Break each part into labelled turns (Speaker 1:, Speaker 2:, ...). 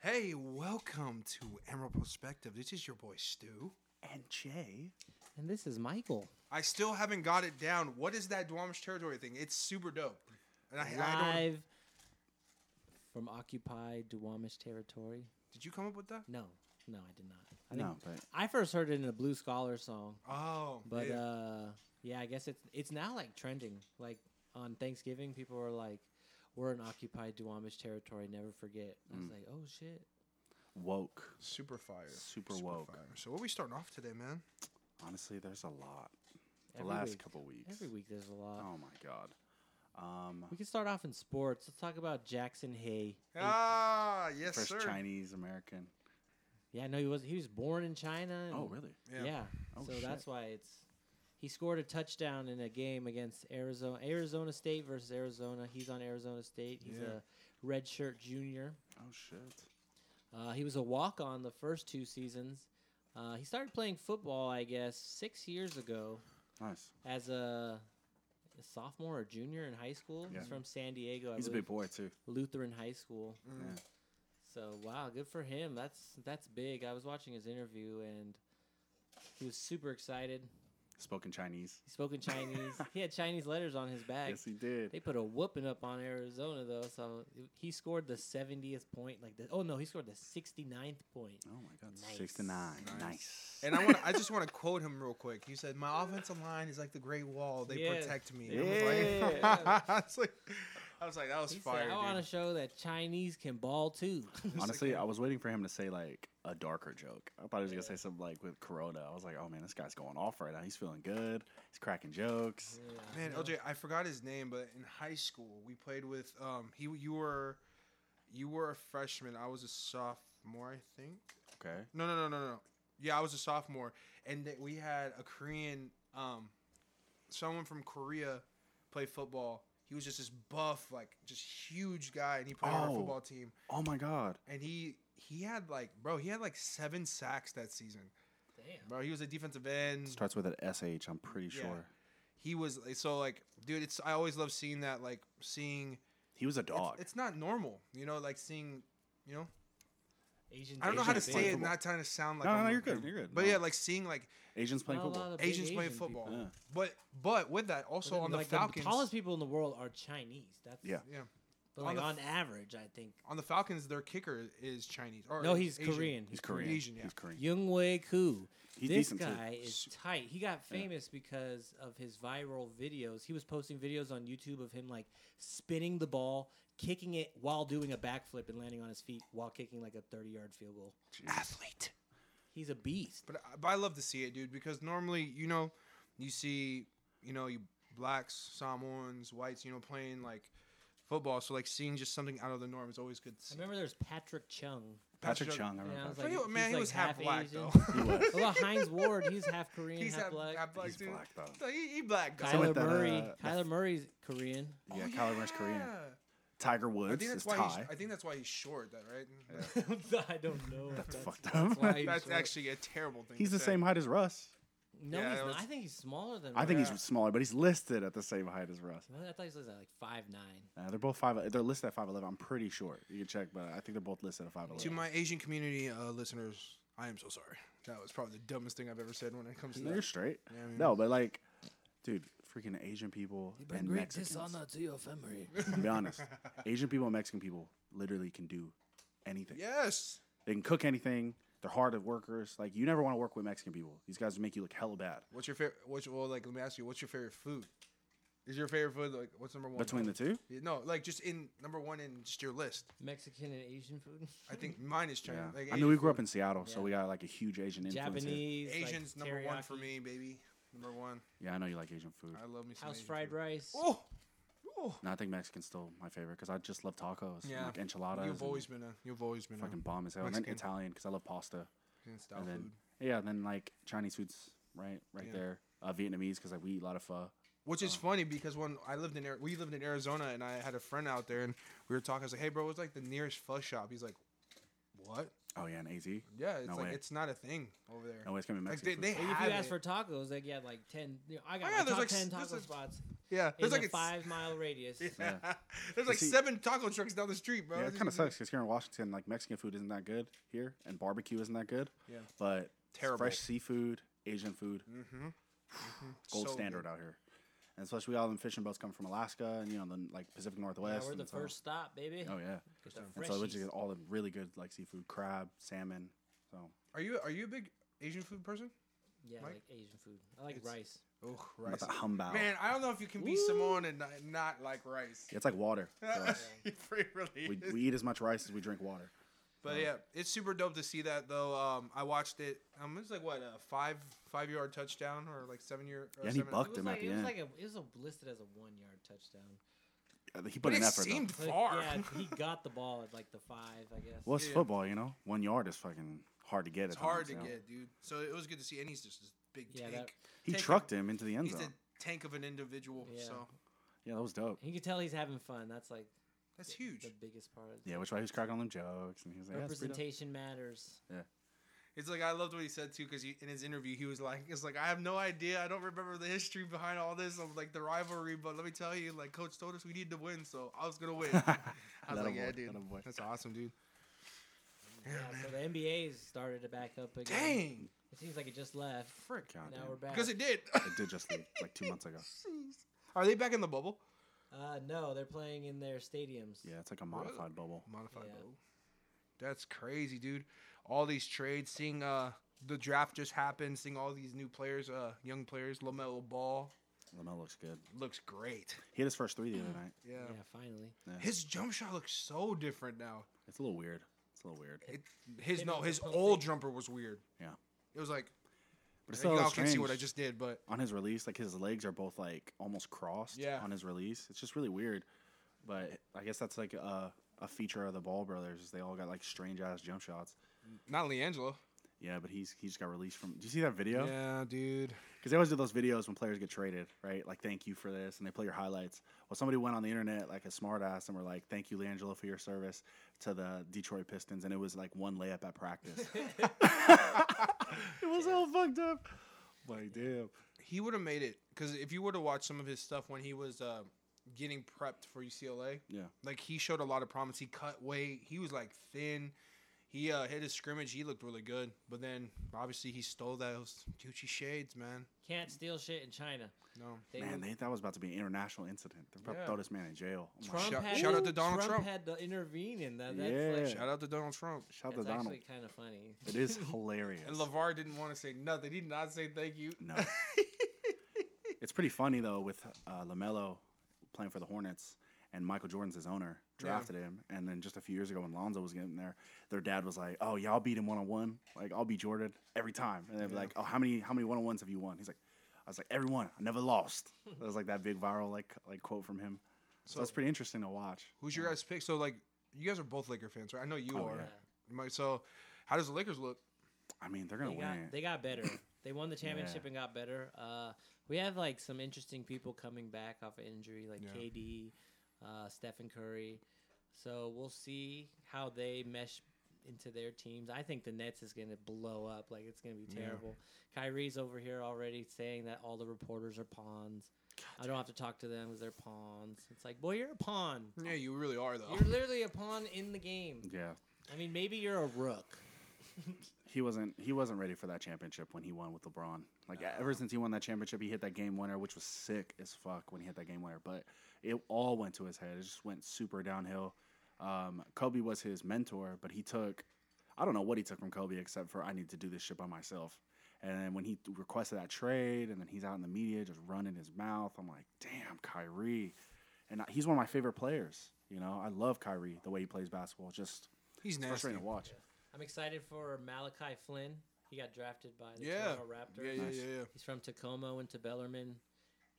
Speaker 1: Hey, welcome to Emerald Perspective. This is your boy Stu.
Speaker 2: And Jay.
Speaker 3: And this is Michael.
Speaker 1: I still haven't got it down. What is that Duwamish territory thing? It's super dope. And I, I don't.
Speaker 3: live from occupied Duwamish territory.
Speaker 1: Did you come up with that?
Speaker 3: No, no, I did not. I
Speaker 2: No,
Speaker 3: think-
Speaker 2: but-
Speaker 3: I first heard it in a Blue Scholar song.
Speaker 1: Oh,
Speaker 3: But
Speaker 1: yeah.
Speaker 3: uh, yeah, I guess it's it's now like trending. Like on Thanksgiving, people are like, "We're in occupied Duwamish territory. Never forget." I
Speaker 2: Mm.
Speaker 3: was like, "Oh shit!"
Speaker 2: Woke.
Speaker 1: super fire.
Speaker 2: Super woke.
Speaker 1: fire. So what we starting off today, man?
Speaker 2: Honestly, there's a lot. The
Speaker 3: Every
Speaker 2: last
Speaker 3: week-
Speaker 2: couple weeks.
Speaker 3: Every week, there's a lot.
Speaker 2: Oh my god. Um,
Speaker 3: We can start off in sports. Let's talk about Jackson Hay.
Speaker 1: Ah, yes,
Speaker 2: First
Speaker 1: sir.
Speaker 2: Chinese American.
Speaker 3: Yeah, no, he was he was born in China. and-
Speaker 2: Oh really?
Speaker 1: Yeah.
Speaker 3: Yeah.
Speaker 2: Oh,
Speaker 3: so
Speaker 2: shit.
Speaker 3: that's why it's he scored a touchdown in a game against Arizona Arizona State versus Arizona. He's on Arizona State. He's
Speaker 1: Yeah.
Speaker 3: a redshirt junior.
Speaker 2: Oh shit.
Speaker 3: Uh, he was a walk on the first two seasons. Uh, he started playing football, I guess, six years ago
Speaker 2: Nice.
Speaker 3: as a, a sophomore or junior in high school.
Speaker 2: Yeah.
Speaker 3: He's from San Diego. I
Speaker 2: He's a
Speaker 3: believe,
Speaker 2: big boy too.
Speaker 3: Lutheran High School.
Speaker 2: Yeah.
Speaker 1: Mm.
Speaker 3: So wow, good for him. That's that's big. I was watching his interview and he was super excited.
Speaker 2: Spoken Chinese.
Speaker 3: He spoke in Chinese. he had Chinese letters on his bag.
Speaker 2: Yes, he did.
Speaker 3: They put a whooping up on Arizona though, so he scored the 70th point. Like the oh no, he scored the 69th point.
Speaker 2: Oh my god.
Speaker 3: Nice.
Speaker 2: Six to nine. Nice.
Speaker 1: And I want. I just want to quote him real quick. He said, "My offensive line is like the Great Wall. They
Speaker 3: Yeah.
Speaker 1: protect me."
Speaker 2: Yeah.
Speaker 1: I, was like, I was like, that was
Speaker 3: He
Speaker 1: fire,
Speaker 3: said, "I
Speaker 1: dude.
Speaker 3: want to show that Chinese can ball too."
Speaker 2: Honestly, I was waiting for him to say like a darker joke. I thought he was gonna say something like with Corona. I was like, oh man, this guy's going off right now. He's feeling good. He's cracking jokes.
Speaker 1: Man, LJ, I forgot his name, but in high school we played with um he you were you were a freshman, I was a sophomore, I think.
Speaker 2: Okay.
Speaker 1: No, no, no, no, no. Yeah, I was a sophomore and th- we had a Korean um someone from Korea play football. He was just this buff, like just huge guy and he played on our
Speaker 2: Oh.
Speaker 1: football team
Speaker 2: Oh my god.
Speaker 1: and he he had like bro, he had like 7 sacks that season.
Speaker 3: Damn.
Speaker 1: Bro, he was a defensive end.
Speaker 2: Starts with an SH, I'm pretty
Speaker 1: Hmm. Yeah.
Speaker 2: sure.
Speaker 1: He was so like dude, it's I always love seeing that like seeing
Speaker 2: He was a
Speaker 1: it's-
Speaker 2: dog.
Speaker 1: It's, not normal, you know, like seeing, you know,
Speaker 3: Asians.
Speaker 1: I don't know how to
Speaker 2: Asians playing
Speaker 1: say it,
Speaker 2: football.
Speaker 1: not trying to sound like
Speaker 2: No, no,
Speaker 1: I'm
Speaker 2: no, you're
Speaker 1: looking-
Speaker 2: good, you're good.
Speaker 1: But
Speaker 2: No.
Speaker 1: yeah, like seeing like
Speaker 2: Asians playing
Speaker 3: Not a lot
Speaker 2: football.
Speaker 3: of big
Speaker 1: Asians playing
Speaker 3: Asian
Speaker 1: football.
Speaker 3: people.
Speaker 2: Yeah.
Speaker 1: But but with that also on the
Speaker 3: like
Speaker 1: Falcons,
Speaker 3: the tallest people in the world are Chinese. That's
Speaker 2: Yeah.
Speaker 1: yeah,
Speaker 3: But
Speaker 1: On
Speaker 3: like
Speaker 1: the-
Speaker 3: on average, I think
Speaker 1: on the Falcons, their kicker is Chinese. Or
Speaker 3: No, he's
Speaker 1: Asian.
Speaker 3: Korean.
Speaker 2: He's Korean.
Speaker 1: Asian, yeah.
Speaker 2: He's Korean.
Speaker 3: Young Wei Koo.
Speaker 2: He's
Speaker 3: this
Speaker 2: decent, too.
Speaker 3: guy is tight. He got famous because of his viral videos. He was posting videos on YouTube of him like spinning the ball, kicking it while doing a backflip and landing on his feet while kicking like a 30 yard field goal.
Speaker 2: Athlete.
Speaker 3: He's a beast.
Speaker 1: But I- but I love to see it, dude, because normally you know, you see you know you blacks, Samoans, whites, you know, playing like football. So like seeing just something out of the norm is always good. To
Speaker 3: I
Speaker 1: see.
Speaker 3: remember there's Patrick Chung.
Speaker 2: Patrick
Speaker 1: Patrick-
Speaker 2: Chung. I remember
Speaker 3: Yeah, I was
Speaker 2: Patrick.
Speaker 3: like,
Speaker 1: Tell you what, man,
Speaker 3: he's,
Speaker 1: he
Speaker 3: like,
Speaker 1: was half,
Speaker 3: half
Speaker 1: black
Speaker 3: Asian.
Speaker 1: though.
Speaker 3: What about Oh, Heinz Ward? He's half Korean,
Speaker 1: he's
Speaker 3: half,
Speaker 1: half
Speaker 3: black.
Speaker 1: half black,
Speaker 2: He's
Speaker 1: dude.
Speaker 2: black, though.
Speaker 1: So he, he black. Guy.
Speaker 2: So
Speaker 3: Kyler
Speaker 2: with that,
Speaker 3: Murray.
Speaker 2: uh,
Speaker 3: Kyler Murray's Korean.
Speaker 2: yeah, Kyler Murray's Korean. Tiger Woods
Speaker 1: I Oh, think that's
Speaker 2: is
Speaker 1: why. He's,
Speaker 2: Thai.
Speaker 1: I think that's why he's short. That right?
Speaker 3: I don't know. if
Speaker 2: That's
Speaker 3: that's-
Speaker 2: fucked up.
Speaker 3: why he-
Speaker 1: That's
Speaker 3: short.
Speaker 1: actually a terrible thing.
Speaker 2: he's
Speaker 1: to
Speaker 2: the
Speaker 1: say.
Speaker 2: same height as Russ.
Speaker 3: No,
Speaker 1: Yeah,
Speaker 3: he's
Speaker 1: that
Speaker 3: not.
Speaker 1: was-
Speaker 3: I think he's smaller than.
Speaker 2: I think
Speaker 1: Yeah.
Speaker 2: he's smaller, but he's listed at the same height as Russ.
Speaker 3: I thought he was like five nine.
Speaker 2: Uh, they're both five. They're listed at five eleven. I'm pretty sure. You can check, but I think they're both listed at five
Speaker 1: To
Speaker 2: eleven.
Speaker 1: my Asian community uh, listeners, I am so sorry. That was probably the dumbest thing I've ever said when it comes to
Speaker 2: They're
Speaker 1: that.
Speaker 2: straight.
Speaker 1: Yeah, I mean-
Speaker 2: no, but like, dude, freaking Asian people and Mexicans.
Speaker 3: to your family.
Speaker 2: I'll be honest, Asian people and Mexican people literally can do anything.
Speaker 1: Yes.
Speaker 2: They can cook anything. They're hard at workers. Like you never want to work with Mexican people. These guys make you look hella bad.
Speaker 1: What's your favorite? What's well, like? Let me ask you. What's your favorite food? Is your favorite food like what's number one?
Speaker 2: Between the two,
Speaker 1: Yeah, no, like just in number one in just your list.
Speaker 3: Mexican and Asian food.
Speaker 1: I think mine is China.
Speaker 2: yeah.
Speaker 1: Like,
Speaker 2: I mean, we
Speaker 1: Asian
Speaker 2: grew up
Speaker 1: food.
Speaker 2: in Seattle, so
Speaker 3: Yeah.
Speaker 2: we got like a huge Asian influence. here.
Speaker 3: Japanese. like,
Speaker 1: Asians number one for
Speaker 3: teriyaki,
Speaker 1: me, baby. Number one.
Speaker 2: Yeah, I know you like Asian food.
Speaker 1: I love me some
Speaker 3: House
Speaker 1: Asian
Speaker 3: fried
Speaker 1: food.
Speaker 3: rice.
Speaker 1: Oh, oh.
Speaker 2: No, I think Mexican's still my favorite because I just love tacos. and,
Speaker 1: Yeah.
Speaker 2: like enchiladas.
Speaker 1: You've
Speaker 2: and
Speaker 1: always been a. You've always been
Speaker 2: fucking
Speaker 1: a
Speaker 2: bomb as hell. And then
Speaker 1: Mexican.
Speaker 2: Italian because I love pasta.
Speaker 1: Mexican style
Speaker 2: And
Speaker 1: food.
Speaker 2: then yeah, and then like Chinese foods right right
Speaker 1: Yeah.
Speaker 2: there. Uh, Vietnamese because like we eat a lot of pho.
Speaker 1: Which
Speaker 2: uh,
Speaker 1: is funny because when I lived in Ari- we lived in Arizona and I had a friend out there and we were talking. I was like, "Hey, bro, what's like the nearest pho shop?" He's like, "What?
Speaker 2: Oh yeah, and AZ.
Speaker 1: Yeah, it's
Speaker 2: no
Speaker 1: like
Speaker 2: way.
Speaker 1: it's not a thing over there."
Speaker 2: no way. It's gonna be
Speaker 1: like
Speaker 2: Mexican.
Speaker 1: they, they
Speaker 2: food.
Speaker 3: Like, if
Speaker 1: have
Speaker 3: you ask
Speaker 1: it.
Speaker 3: for tacos, they get like ten. You know, I got
Speaker 1: Oh,
Speaker 3: my
Speaker 1: yeah, there's
Speaker 3: top
Speaker 1: like s-
Speaker 3: ten
Speaker 1: there's
Speaker 3: taco
Speaker 1: like-
Speaker 3: spots.
Speaker 1: Yeah,
Speaker 3: in
Speaker 1: there's like
Speaker 3: a
Speaker 1: a
Speaker 3: five mile radius.
Speaker 1: Yeah.
Speaker 2: Yeah.
Speaker 1: there's like
Speaker 2: See-
Speaker 1: seven taco trucks down the street, bro.
Speaker 2: Yeah,
Speaker 1: This
Speaker 2: it
Speaker 1: is
Speaker 2: kind of sucks because here in Washington, like Mexican food isn't that good here, and barbecue isn't that good.
Speaker 1: Yeah.
Speaker 2: But
Speaker 1: Terrible.
Speaker 2: fresh seafood, Asian food,
Speaker 1: Mm-hmm.
Speaker 2: gold standard out here. And especially all them fishing boats come from Alaska and you know the like Pacific
Speaker 3: Yeah,
Speaker 2: Northwest.
Speaker 3: we're
Speaker 2: and
Speaker 3: the
Speaker 2: so-
Speaker 3: first stop, baby.
Speaker 2: Oh yeah.
Speaker 3: Get the
Speaker 2: And so we just
Speaker 3: freshies.
Speaker 2: get all the really good like seafood, crab, salmon. So
Speaker 1: Are you are you a big Asian food person?
Speaker 3: Yeah, I
Speaker 1: Mike?
Speaker 3: like Asian food. I like
Speaker 1: It's-
Speaker 3: rice.
Speaker 1: Oh,
Speaker 2: I'm
Speaker 1: rice.
Speaker 2: about the humbao.
Speaker 1: Man, I don't know if you can be
Speaker 3: Woo.
Speaker 1: Samoan and not, not like rice.
Speaker 2: It's like water. for us.
Speaker 1: it really
Speaker 2: we,
Speaker 1: is.
Speaker 2: we eat as much rice as we drink water.
Speaker 1: But yeah, it's super dope to see that though. Um, I watched it. Um, it was like what a five five yard touchdown or like seven year. Or
Speaker 2: Yeah, and he
Speaker 1: seven,
Speaker 2: bucked
Speaker 3: It
Speaker 2: him
Speaker 3: was,
Speaker 2: at
Speaker 3: like,
Speaker 2: the
Speaker 3: it was
Speaker 2: end.
Speaker 3: like a, it was a- listed as a one yard touchdown.
Speaker 2: Uh, He
Speaker 1: But
Speaker 2: put
Speaker 1: it
Speaker 2: an effort. though.
Speaker 1: seemed
Speaker 3: But
Speaker 1: far.
Speaker 3: Yeah, he got the ball at like the five, I guess.
Speaker 2: Well, it's
Speaker 1: Yeah.
Speaker 2: football, you know. One yard is fucking hard to get.
Speaker 1: it's
Speaker 2: at
Speaker 1: hard to
Speaker 2: times, you know?
Speaker 1: get, dude. So it was good to see, and he's just this big
Speaker 3: Yeah,
Speaker 1: tank.
Speaker 2: He
Speaker 1: Take
Speaker 2: trucked him into the end
Speaker 1: He's
Speaker 2: zone.
Speaker 1: a tank of an individual.
Speaker 3: Yeah.
Speaker 1: So
Speaker 2: Yeah, that was dope.
Speaker 3: You can tell he's having fun. That's like
Speaker 1: that's
Speaker 3: the-
Speaker 1: huge.
Speaker 3: The biggest part. Of
Speaker 2: Yeah, which why he was cracking on them jokes, and he was like, yeah, it's pretty dope.
Speaker 3: Representation matters.
Speaker 1: It's like I loved what he said too, because in his interview he was like, "It's like I have no idea. I don't remember the history behind all this of like the rivalry, but let me tell you, like Coach told us we need to win, so I was gonna win." I was like,
Speaker 2: Attaboy,
Speaker 1: "Yeah, dude,
Speaker 2: attaboy.
Speaker 1: that's awesome, dude."
Speaker 3: Yeah, so the NBA's started to back up again.
Speaker 1: Dang,
Speaker 3: It seems like it just left.
Speaker 1: frick,
Speaker 2: God
Speaker 3: now
Speaker 2: damn.
Speaker 3: we're back.
Speaker 1: because it did.
Speaker 2: It did just leave like two months ago.
Speaker 1: Jeez. Are they back in the bubble?
Speaker 3: uh, no, they're playing in their stadiums.
Speaker 2: Yeah, it's like a modified bubble.
Speaker 1: Modified
Speaker 3: Yeah.
Speaker 1: bubble. That's crazy, dude. All these trades, seeing uh the draft just happened, seeing all these new players, uh young players. Lamelo Ball
Speaker 2: Lamelo looks good.
Speaker 1: looks great.
Speaker 2: He hit his first three the other night.
Speaker 1: Yeah.
Speaker 3: Yeah, finally.
Speaker 1: His jump shot looks so different now.
Speaker 2: It's a little weird. It's a little weird.
Speaker 1: It, his
Speaker 3: Maybe
Speaker 1: no,
Speaker 3: it's
Speaker 1: his
Speaker 3: a post
Speaker 1: old
Speaker 3: thing.
Speaker 1: jumper was weird.
Speaker 2: Yeah.
Speaker 1: It was like
Speaker 2: But it's
Speaker 1: you all
Speaker 2: so
Speaker 1: can
Speaker 2: strange.
Speaker 1: see what I just did, but
Speaker 2: on his release, like his legs are both like almost crossed.
Speaker 1: Yeah.
Speaker 2: On his release, it's just really weird. But I guess that's like a a feature of the Ball brothers. Is they all got like strange ass jump shots.
Speaker 1: not Leangelo.
Speaker 2: Yeah, but he's he just got released from. Do you see that video?
Speaker 1: Yeah, dude.
Speaker 2: Because they always do those videos when players get traded, right? Like, thank you for this, and they play your highlights. Well, somebody went on the internet like a smartass and were like, "Thank you, Leangelo, for your service to the Detroit Pistons," and it was like one layup at practice. it was all fucked up. Like, damn.
Speaker 1: He would have made it because if you were to watch some of his stuff when he was uh, getting prepped for UCLA,
Speaker 2: Yeah.
Speaker 1: like he showed a lot of promise. He cut weight. He was like thin. He uh, hit his scrimmage. He looked really good, but then obviously he stole those Gucci shades, man.
Speaker 3: Can't steal shit in China.
Speaker 1: No,
Speaker 3: They
Speaker 2: Man,
Speaker 3: were-
Speaker 2: they, that was about to be an international incident. They probably
Speaker 1: Yeah.
Speaker 2: throw this man in jail. Oh my
Speaker 3: Trump
Speaker 2: God.
Speaker 1: Shout-
Speaker 3: had,
Speaker 1: shout out to Donald Trump.
Speaker 3: had to intervene in that. That's
Speaker 2: Yeah.
Speaker 3: like,
Speaker 1: shout out to Donald Trump.
Speaker 2: Shout out to
Speaker 3: that's
Speaker 2: Donald.
Speaker 3: actually kind of funny.
Speaker 2: It is hilarious.
Speaker 1: And Levar didn't want to say nothing. He did not say thank you.
Speaker 2: No. it's pretty funny though with uh, Lamelo playing for the Hornets and Michael Jordan's his owner drafted him, and then just a few years ago when Lonzo was getting there, their dad was like, "Oh yeah, I'll beat him one on one. Like I'll beat Jordan every time." And they'd be
Speaker 1: Yeah.
Speaker 2: like, "Oh how many how many one on ones have you won?" He's like, "I was like every one. I never lost." That was like that big viral like like quote from him. So,
Speaker 1: So-
Speaker 2: it's pretty interesting to watch.
Speaker 1: Who's your guys' pick? So like, you guys are both Laker fans, right? I know you
Speaker 2: Oh,
Speaker 1: are.
Speaker 2: yeah.
Speaker 1: My- So, how does the Lakers look?
Speaker 2: I mean,
Speaker 1: Oh,
Speaker 2: they're gonna
Speaker 3: They
Speaker 2: win.
Speaker 3: got,
Speaker 2: it.
Speaker 3: they got better. They won the championship and got better. Uh, we have like some interesting people coming back off of injury, like
Speaker 1: Yeah.
Speaker 3: KD, uh, Stephen Curry. So we'll see how they mesh into their teams. I think the Nets is going to blow up. Like it's going to be
Speaker 1: Yeah.
Speaker 3: terrible. Kyrie's over here already saying that all the reporters are pawns. I don't have to talk to them because they're pawns. It's like, boy, you're a pawn.
Speaker 1: Yeah, you really are though.
Speaker 3: You're literally a pawn in the game.
Speaker 2: yeah,
Speaker 3: I mean, maybe you're a rook.
Speaker 2: he wasn't he wasn't ready for that championship when he won with LeBron. Like e, ever since he won that championship, he hit that game winner, which was sick as fuck when he hit that game winner. But it all went to his head. It just went super downhill. Um, Kobe was his mentor, but he took I don't know what he took from Kobe except for I need to do this shit by myself. And then when he requested that trade, and then he's out in the media just running his mouth. I'm like, damn, Kyrie, and he's one of my favorite players. You know, I love Kyrie the way he plays basketball. Just
Speaker 1: He's
Speaker 2: it's
Speaker 1: nasty.
Speaker 2: frustrating to watch.
Speaker 3: I'm excited for Malachi Flynn. He got drafted by the
Speaker 1: Yeah.
Speaker 3: Toronto Raptors.
Speaker 1: Yeah, yeah,
Speaker 2: Nice.
Speaker 1: yeah, yeah.
Speaker 3: He's from Tacoma, went to Bellarmine.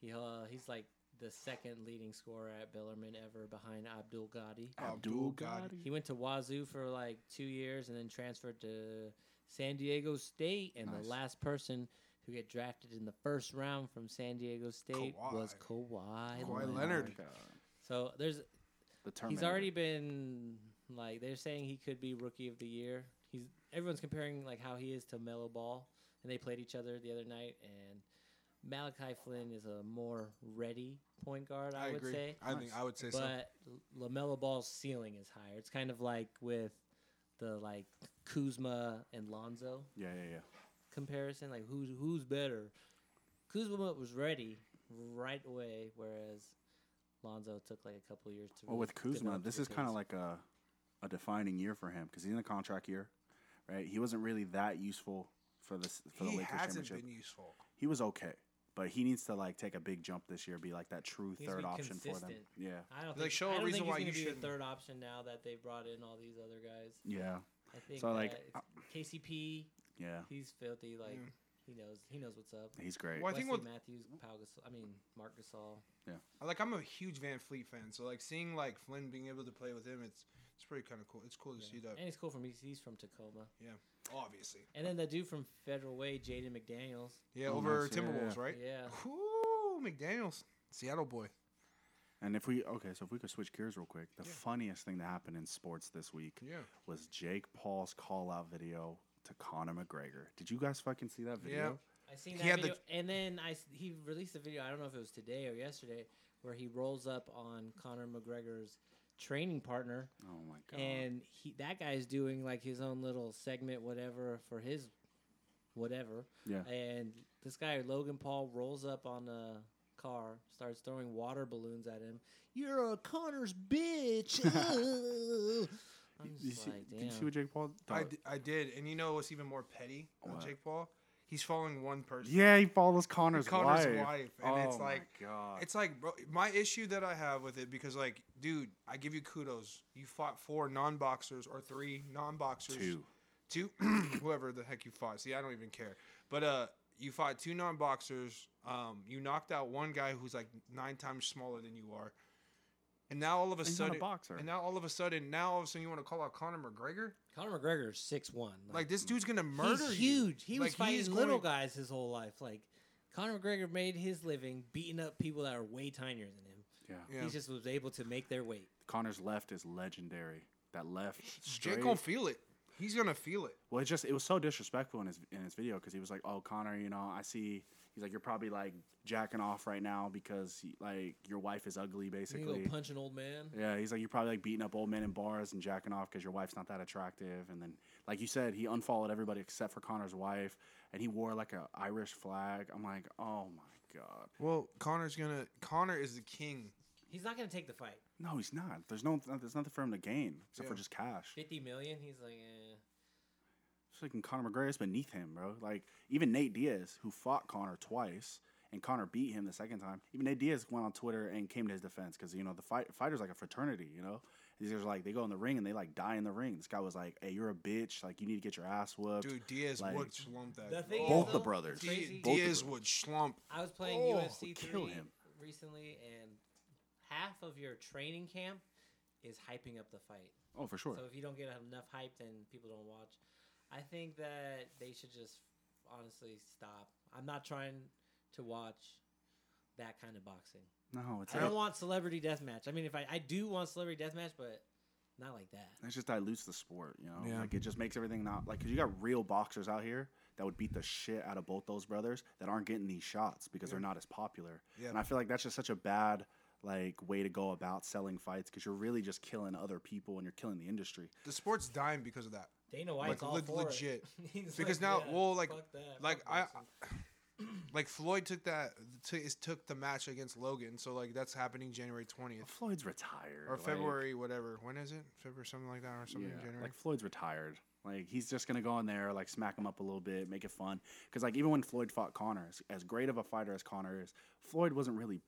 Speaker 3: He uh, he's like the second leading scorer at Bellarmine ever, behind Abdul Ghadi.
Speaker 1: Oh, Abdul Gotti.
Speaker 3: He went to Wazoo for like two years and then transferred to San Diego State. And
Speaker 2: Nice.
Speaker 3: the last person who get drafted in the first round from San Diego State was Kawhi.
Speaker 1: Kawhi
Speaker 3: Leonard.
Speaker 1: Leonard.
Speaker 3: So there's
Speaker 2: The term
Speaker 3: He's already been like they're saying he could be rookie of the year. He's everyone's comparing like how he is to Melo Ball, and they played each other the other night, and Malachi Flynn is a more ready point guard, I,
Speaker 1: I,
Speaker 3: would
Speaker 1: agree.
Speaker 3: say.
Speaker 1: I think I would say so.
Speaker 3: but Lamelo Ball's ceiling is higher. It's kind of like with the like Kuzma and Lonzo
Speaker 2: Yeah, yeah, yeah.
Speaker 3: comparison. Like who's who's better? Kuzma was ready right away, whereas Lonzo took like a couple years to.
Speaker 2: Well,
Speaker 3: really
Speaker 2: with Kuzma,
Speaker 3: develop
Speaker 2: this
Speaker 3: his
Speaker 2: is kind of like
Speaker 3: pace.
Speaker 2: a a defining year for him because he's in a contract year, right? He wasn't really that useful for this for the
Speaker 1: he
Speaker 2: Lakers
Speaker 1: hasn't
Speaker 2: championship.
Speaker 1: been useful.
Speaker 2: He was okay, but he needs to like take a big jump this year, be like that true
Speaker 3: He needs to
Speaker 2: third
Speaker 3: be
Speaker 2: option for them.
Speaker 3: consistent.
Speaker 2: Yeah,
Speaker 3: I don't
Speaker 1: Like,
Speaker 3: think,
Speaker 1: show a
Speaker 3: I don't
Speaker 1: reason
Speaker 3: think he's
Speaker 1: why
Speaker 3: gonna
Speaker 1: you
Speaker 3: be
Speaker 1: shouldn't.
Speaker 3: a third option now that they brought in all these other guys.
Speaker 2: yeah,
Speaker 3: I think
Speaker 2: So, like, Oh.
Speaker 3: that if- KCP,
Speaker 2: yeah.
Speaker 3: he's filthy. Like
Speaker 1: Yeah.
Speaker 3: he knows he knows what's up.
Speaker 2: He's great.
Speaker 1: Well, I think
Speaker 3: Wesley
Speaker 1: with-
Speaker 3: Matthews, Pau Gasol, I mean Mark Gasol.
Speaker 1: Like I'm a huge Van Fleet fan, so like seeing like Flynn being able to play with him, it's it's pretty kind of cool. It's cool to Oh, see that.
Speaker 3: And he's cool from he's, he's from Tacoma.
Speaker 1: Obviously,
Speaker 3: And then the dude from Federal Way, Jaden McDaniels.
Speaker 1: yeah,
Speaker 2: Oh,
Speaker 1: over
Speaker 2: nice. Yeah,
Speaker 1: Timberwolves,
Speaker 2: yeah.
Speaker 1: right?
Speaker 3: Yeah.
Speaker 1: Ooh, McDaniel's Seattle boy.
Speaker 2: And if we okay, so if we could switch gears real quick, the
Speaker 1: Yeah.
Speaker 2: funniest thing that happened in sports this week
Speaker 1: Yeah,
Speaker 2: was Jake Paul's call out video to Conor McGregor. Did you guys fucking see that video?
Speaker 3: I seen
Speaker 1: He
Speaker 3: that
Speaker 1: had the-
Speaker 3: video, and then I s- he released a video. I don't know if it was today or yesterday, where he rolls up on Conor McGregor's training partner,
Speaker 2: Oh my god!
Speaker 3: and he that guy's doing like his own little segment, whatever for his whatever.
Speaker 2: yeah,
Speaker 3: And this guy Logan Paul rolls up on a car, starts throwing water balloons at him. You're a Connor's bitch. I'm
Speaker 2: you
Speaker 3: just
Speaker 2: see,
Speaker 3: like,
Speaker 2: did you see
Speaker 3: damn.
Speaker 2: what Jake Paul?
Speaker 1: I,
Speaker 2: thought?
Speaker 1: d- I did, and you know what's even more petty than
Speaker 2: What?
Speaker 1: Jake Paul? He's following one person.
Speaker 2: Yeah, he follows Connor's,
Speaker 1: Connor's
Speaker 2: wife.
Speaker 1: wife, and it's
Speaker 2: Oh my
Speaker 1: like-
Speaker 2: God.
Speaker 1: It's like, bro, my issue that I have with it because, like, dude, I give you kudos. You fought four non boxers or three non boxers.
Speaker 2: two.
Speaker 1: Two, whoever the heck you fought. See, I don't even care. But uh, you fought two non boxers. Um, you knocked out one guy who's like nine times smaller than you are. And now all of a
Speaker 2: He's not
Speaker 1: sudden,
Speaker 2: a boxer.
Speaker 1: and now all of a sudden, now all of a sudden you want to call out Conor McGregor?
Speaker 3: Conor McGregor's six one.
Speaker 1: Like this dude's gonna murder
Speaker 3: he's
Speaker 1: you.
Speaker 3: huge. He was
Speaker 1: Like,
Speaker 3: fighting
Speaker 1: is
Speaker 3: little
Speaker 1: going-
Speaker 3: guys his whole life. Like Conor McGregor made his living beating up people that are way tinier than him.
Speaker 2: yeah.
Speaker 1: Yeah.
Speaker 3: He just was able to make their weight.
Speaker 2: Connor's left is legendary. That left straight.
Speaker 1: Jake gonna feel it. He's gonna feel it.
Speaker 2: well, it just it was so disrespectful in his in his video because he was like, "Oh, Connor, you know, I see." He's like, "You're probably like jacking off right now because like your wife is ugly,
Speaker 3: You go
Speaker 2: basically."
Speaker 3: punch an old man.
Speaker 2: Yeah, he's like, you're probably like beating up old men in bars and jacking off because your wife's not that attractive. And then, like you said, he unfollowed everybody except for Connor's wife, and he wore like a Irish flag. I'm like, oh my god,
Speaker 1: Well, Connor's gonna. Connor is the king.
Speaker 3: He's not gonna take the fight.
Speaker 2: no, he's not. There's no, there's nothing for him to gain except for
Speaker 1: Yeah.
Speaker 2: just cash.
Speaker 3: Fifty million. He's like, eh.
Speaker 2: It's like Conor McGregor is beneath him, bro. Like even Nate Diaz, who fought Conor twice and Conor beat him the second time, even Nate Diaz went on Twitter and came to his defense because you know the fight fighters like a fraternity, you know. These guys are like they go in the ring and they like die in the ring. This guy was like, "Hey, you're a bitch. Like you need to get your ass whooped."
Speaker 1: Dude, Diaz
Speaker 2: Like-
Speaker 1: would slump that.
Speaker 3: The thing
Speaker 2: Both
Speaker 3: is,
Speaker 2: the
Speaker 3: though,
Speaker 2: brothers.
Speaker 3: it's
Speaker 1: Di-
Speaker 3: crazy.
Speaker 2: Both the
Speaker 1: Diaz
Speaker 2: brothers.
Speaker 1: would slump.
Speaker 3: I was playing
Speaker 2: Oh,
Speaker 3: UFC
Speaker 2: kill
Speaker 3: three
Speaker 2: him.
Speaker 3: recently, and half of your training camp is hyping up the fight.
Speaker 2: oh, for sure.
Speaker 3: So if you don't get enough hype, then people don't watch. I think that they should just honestly stop. I'm not trying to watch that kind of boxing.
Speaker 2: no, it's
Speaker 3: I don't
Speaker 2: like-
Speaker 3: want celebrity deathmatch. I mean, if I, I do want celebrity deathmatch, but not like that.
Speaker 2: it just dilutes the sport, you know.
Speaker 1: Yeah.
Speaker 2: Like it just makes everything not like because you got real boxers out here that would beat the shit out of both those brothers that aren't getting these shots because they're not as popular.
Speaker 1: Yeah.
Speaker 2: And I feel like that's just such a bad like way to go about selling fights because you're really just killing other people and you're killing the industry.
Speaker 1: The sport's dying because of that.
Speaker 3: Dana White's all
Speaker 1: le-
Speaker 3: for it.
Speaker 1: legit.
Speaker 3: He's
Speaker 1: Because now- well, like-
Speaker 3: fuck that,
Speaker 1: like,
Speaker 3: fuck
Speaker 1: I-
Speaker 3: boxing.
Speaker 1: Like Floyd took that, t- is- took the match against Logan. So like that's happening January twentieth
Speaker 2: Floyd's retired
Speaker 1: or
Speaker 2: like-
Speaker 1: February, whatever. When is it? February something like that or something in
Speaker 2: Yeah,
Speaker 1: January.
Speaker 2: like Floyd's retired. Like he's just gonna go in there, like smack him up a little bit, make it fun. Because like even when Floyd fought Connor, as, as great of a fighter as Connor is, Floyd wasn't really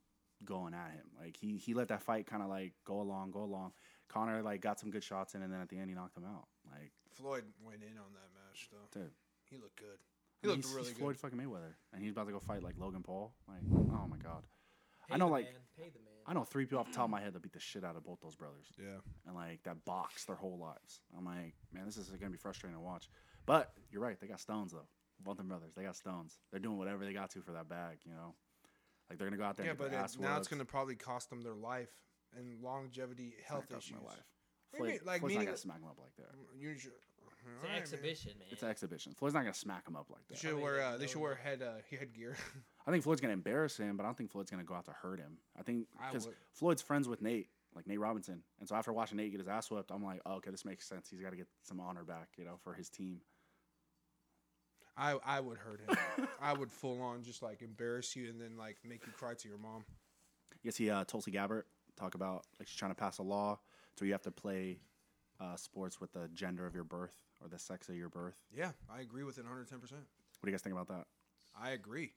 Speaker 2: going at him. Like he he let that fight kind of like go along, go along. Connor like got some good shots in, and then at the end he knocked him out. Like
Speaker 1: Floyd went in on that match though.
Speaker 2: dude,
Speaker 1: He looked good. He
Speaker 2: I mean,
Speaker 1: looked
Speaker 2: he's,
Speaker 1: really
Speaker 2: he's
Speaker 1: good.
Speaker 2: Floyd fucking Mayweather, and he's about to go fight like Logan Paul. Like oh my god, I
Speaker 3: Pay
Speaker 2: know,
Speaker 3: the
Speaker 2: like-
Speaker 3: man, pay the man.
Speaker 2: I know three people off the top of my head that beat the shit out of both those brothers.
Speaker 1: Yeah.
Speaker 2: and like that box their whole lives. I'm like, man, this is gonna be frustrating to watch. But you're right, they got stones though. Both them brothers, they got stones. They're doing whatever they got to for that bag, you know. Like they're gonna go out there.
Speaker 1: Yeah,
Speaker 2: and get
Speaker 1: but
Speaker 2: their
Speaker 1: it-
Speaker 2: ass
Speaker 1: now it's
Speaker 2: whooped.
Speaker 1: going to probably cost them their life and longevity, health
Speaker 2: Smack up
Speaker 1: issues.
Speaker 2: My life.
Speaker 1: What do you mean?
Speaker 2: Floyd,
Speaker 1: Like,
Speaker 2: Floyd's not
Speaker 1: meaning
Speaker 2: gonna
Speaker 1: that-
Speaker 2: smack him up like that.
Speaker 1: You ju-
Speaker 3: It's an exhibition, man.
Speaker 2: It's an exhibition. Floyd's not gonna smack him up like
Speaker 1: They
Speaker 2: that.
Speaker 1: should
Speaker 3: mean,
Speaker 1: wear.
Speaker 3: they
Speaker 1: Uh, they
Speaker 3: know
Speaker 1: should wear head uh, headgear.
Speaker 2: I think Floyd's gonna embarrass him, but I don't think Floyd's gonna go out to hurt him. I think
Speaker 1: I
Speaker 2: because
Speaker 1: would.
Speaker 2: Floyd's friends with Nate, like Nate Robinson, and so after watching Nate get his ass whipped, I'm like, oh, okay, this makes sense. He's got to get some honor back, you know, for his team.
Speaker 1: I I would hurt him. I would full on just like embarrass you and then like make you cry to your mom.
Speaker 2: You see uh, Tulsi Gabbard talk about like she's trying to pass a law so you have to play uh, sports with the gender of your birth or the sex of your birth.
Speaker 1: Yeah, I agree with it 110. percent
Speaker 2: What do you guys think about that?
Speaker 1: I agree.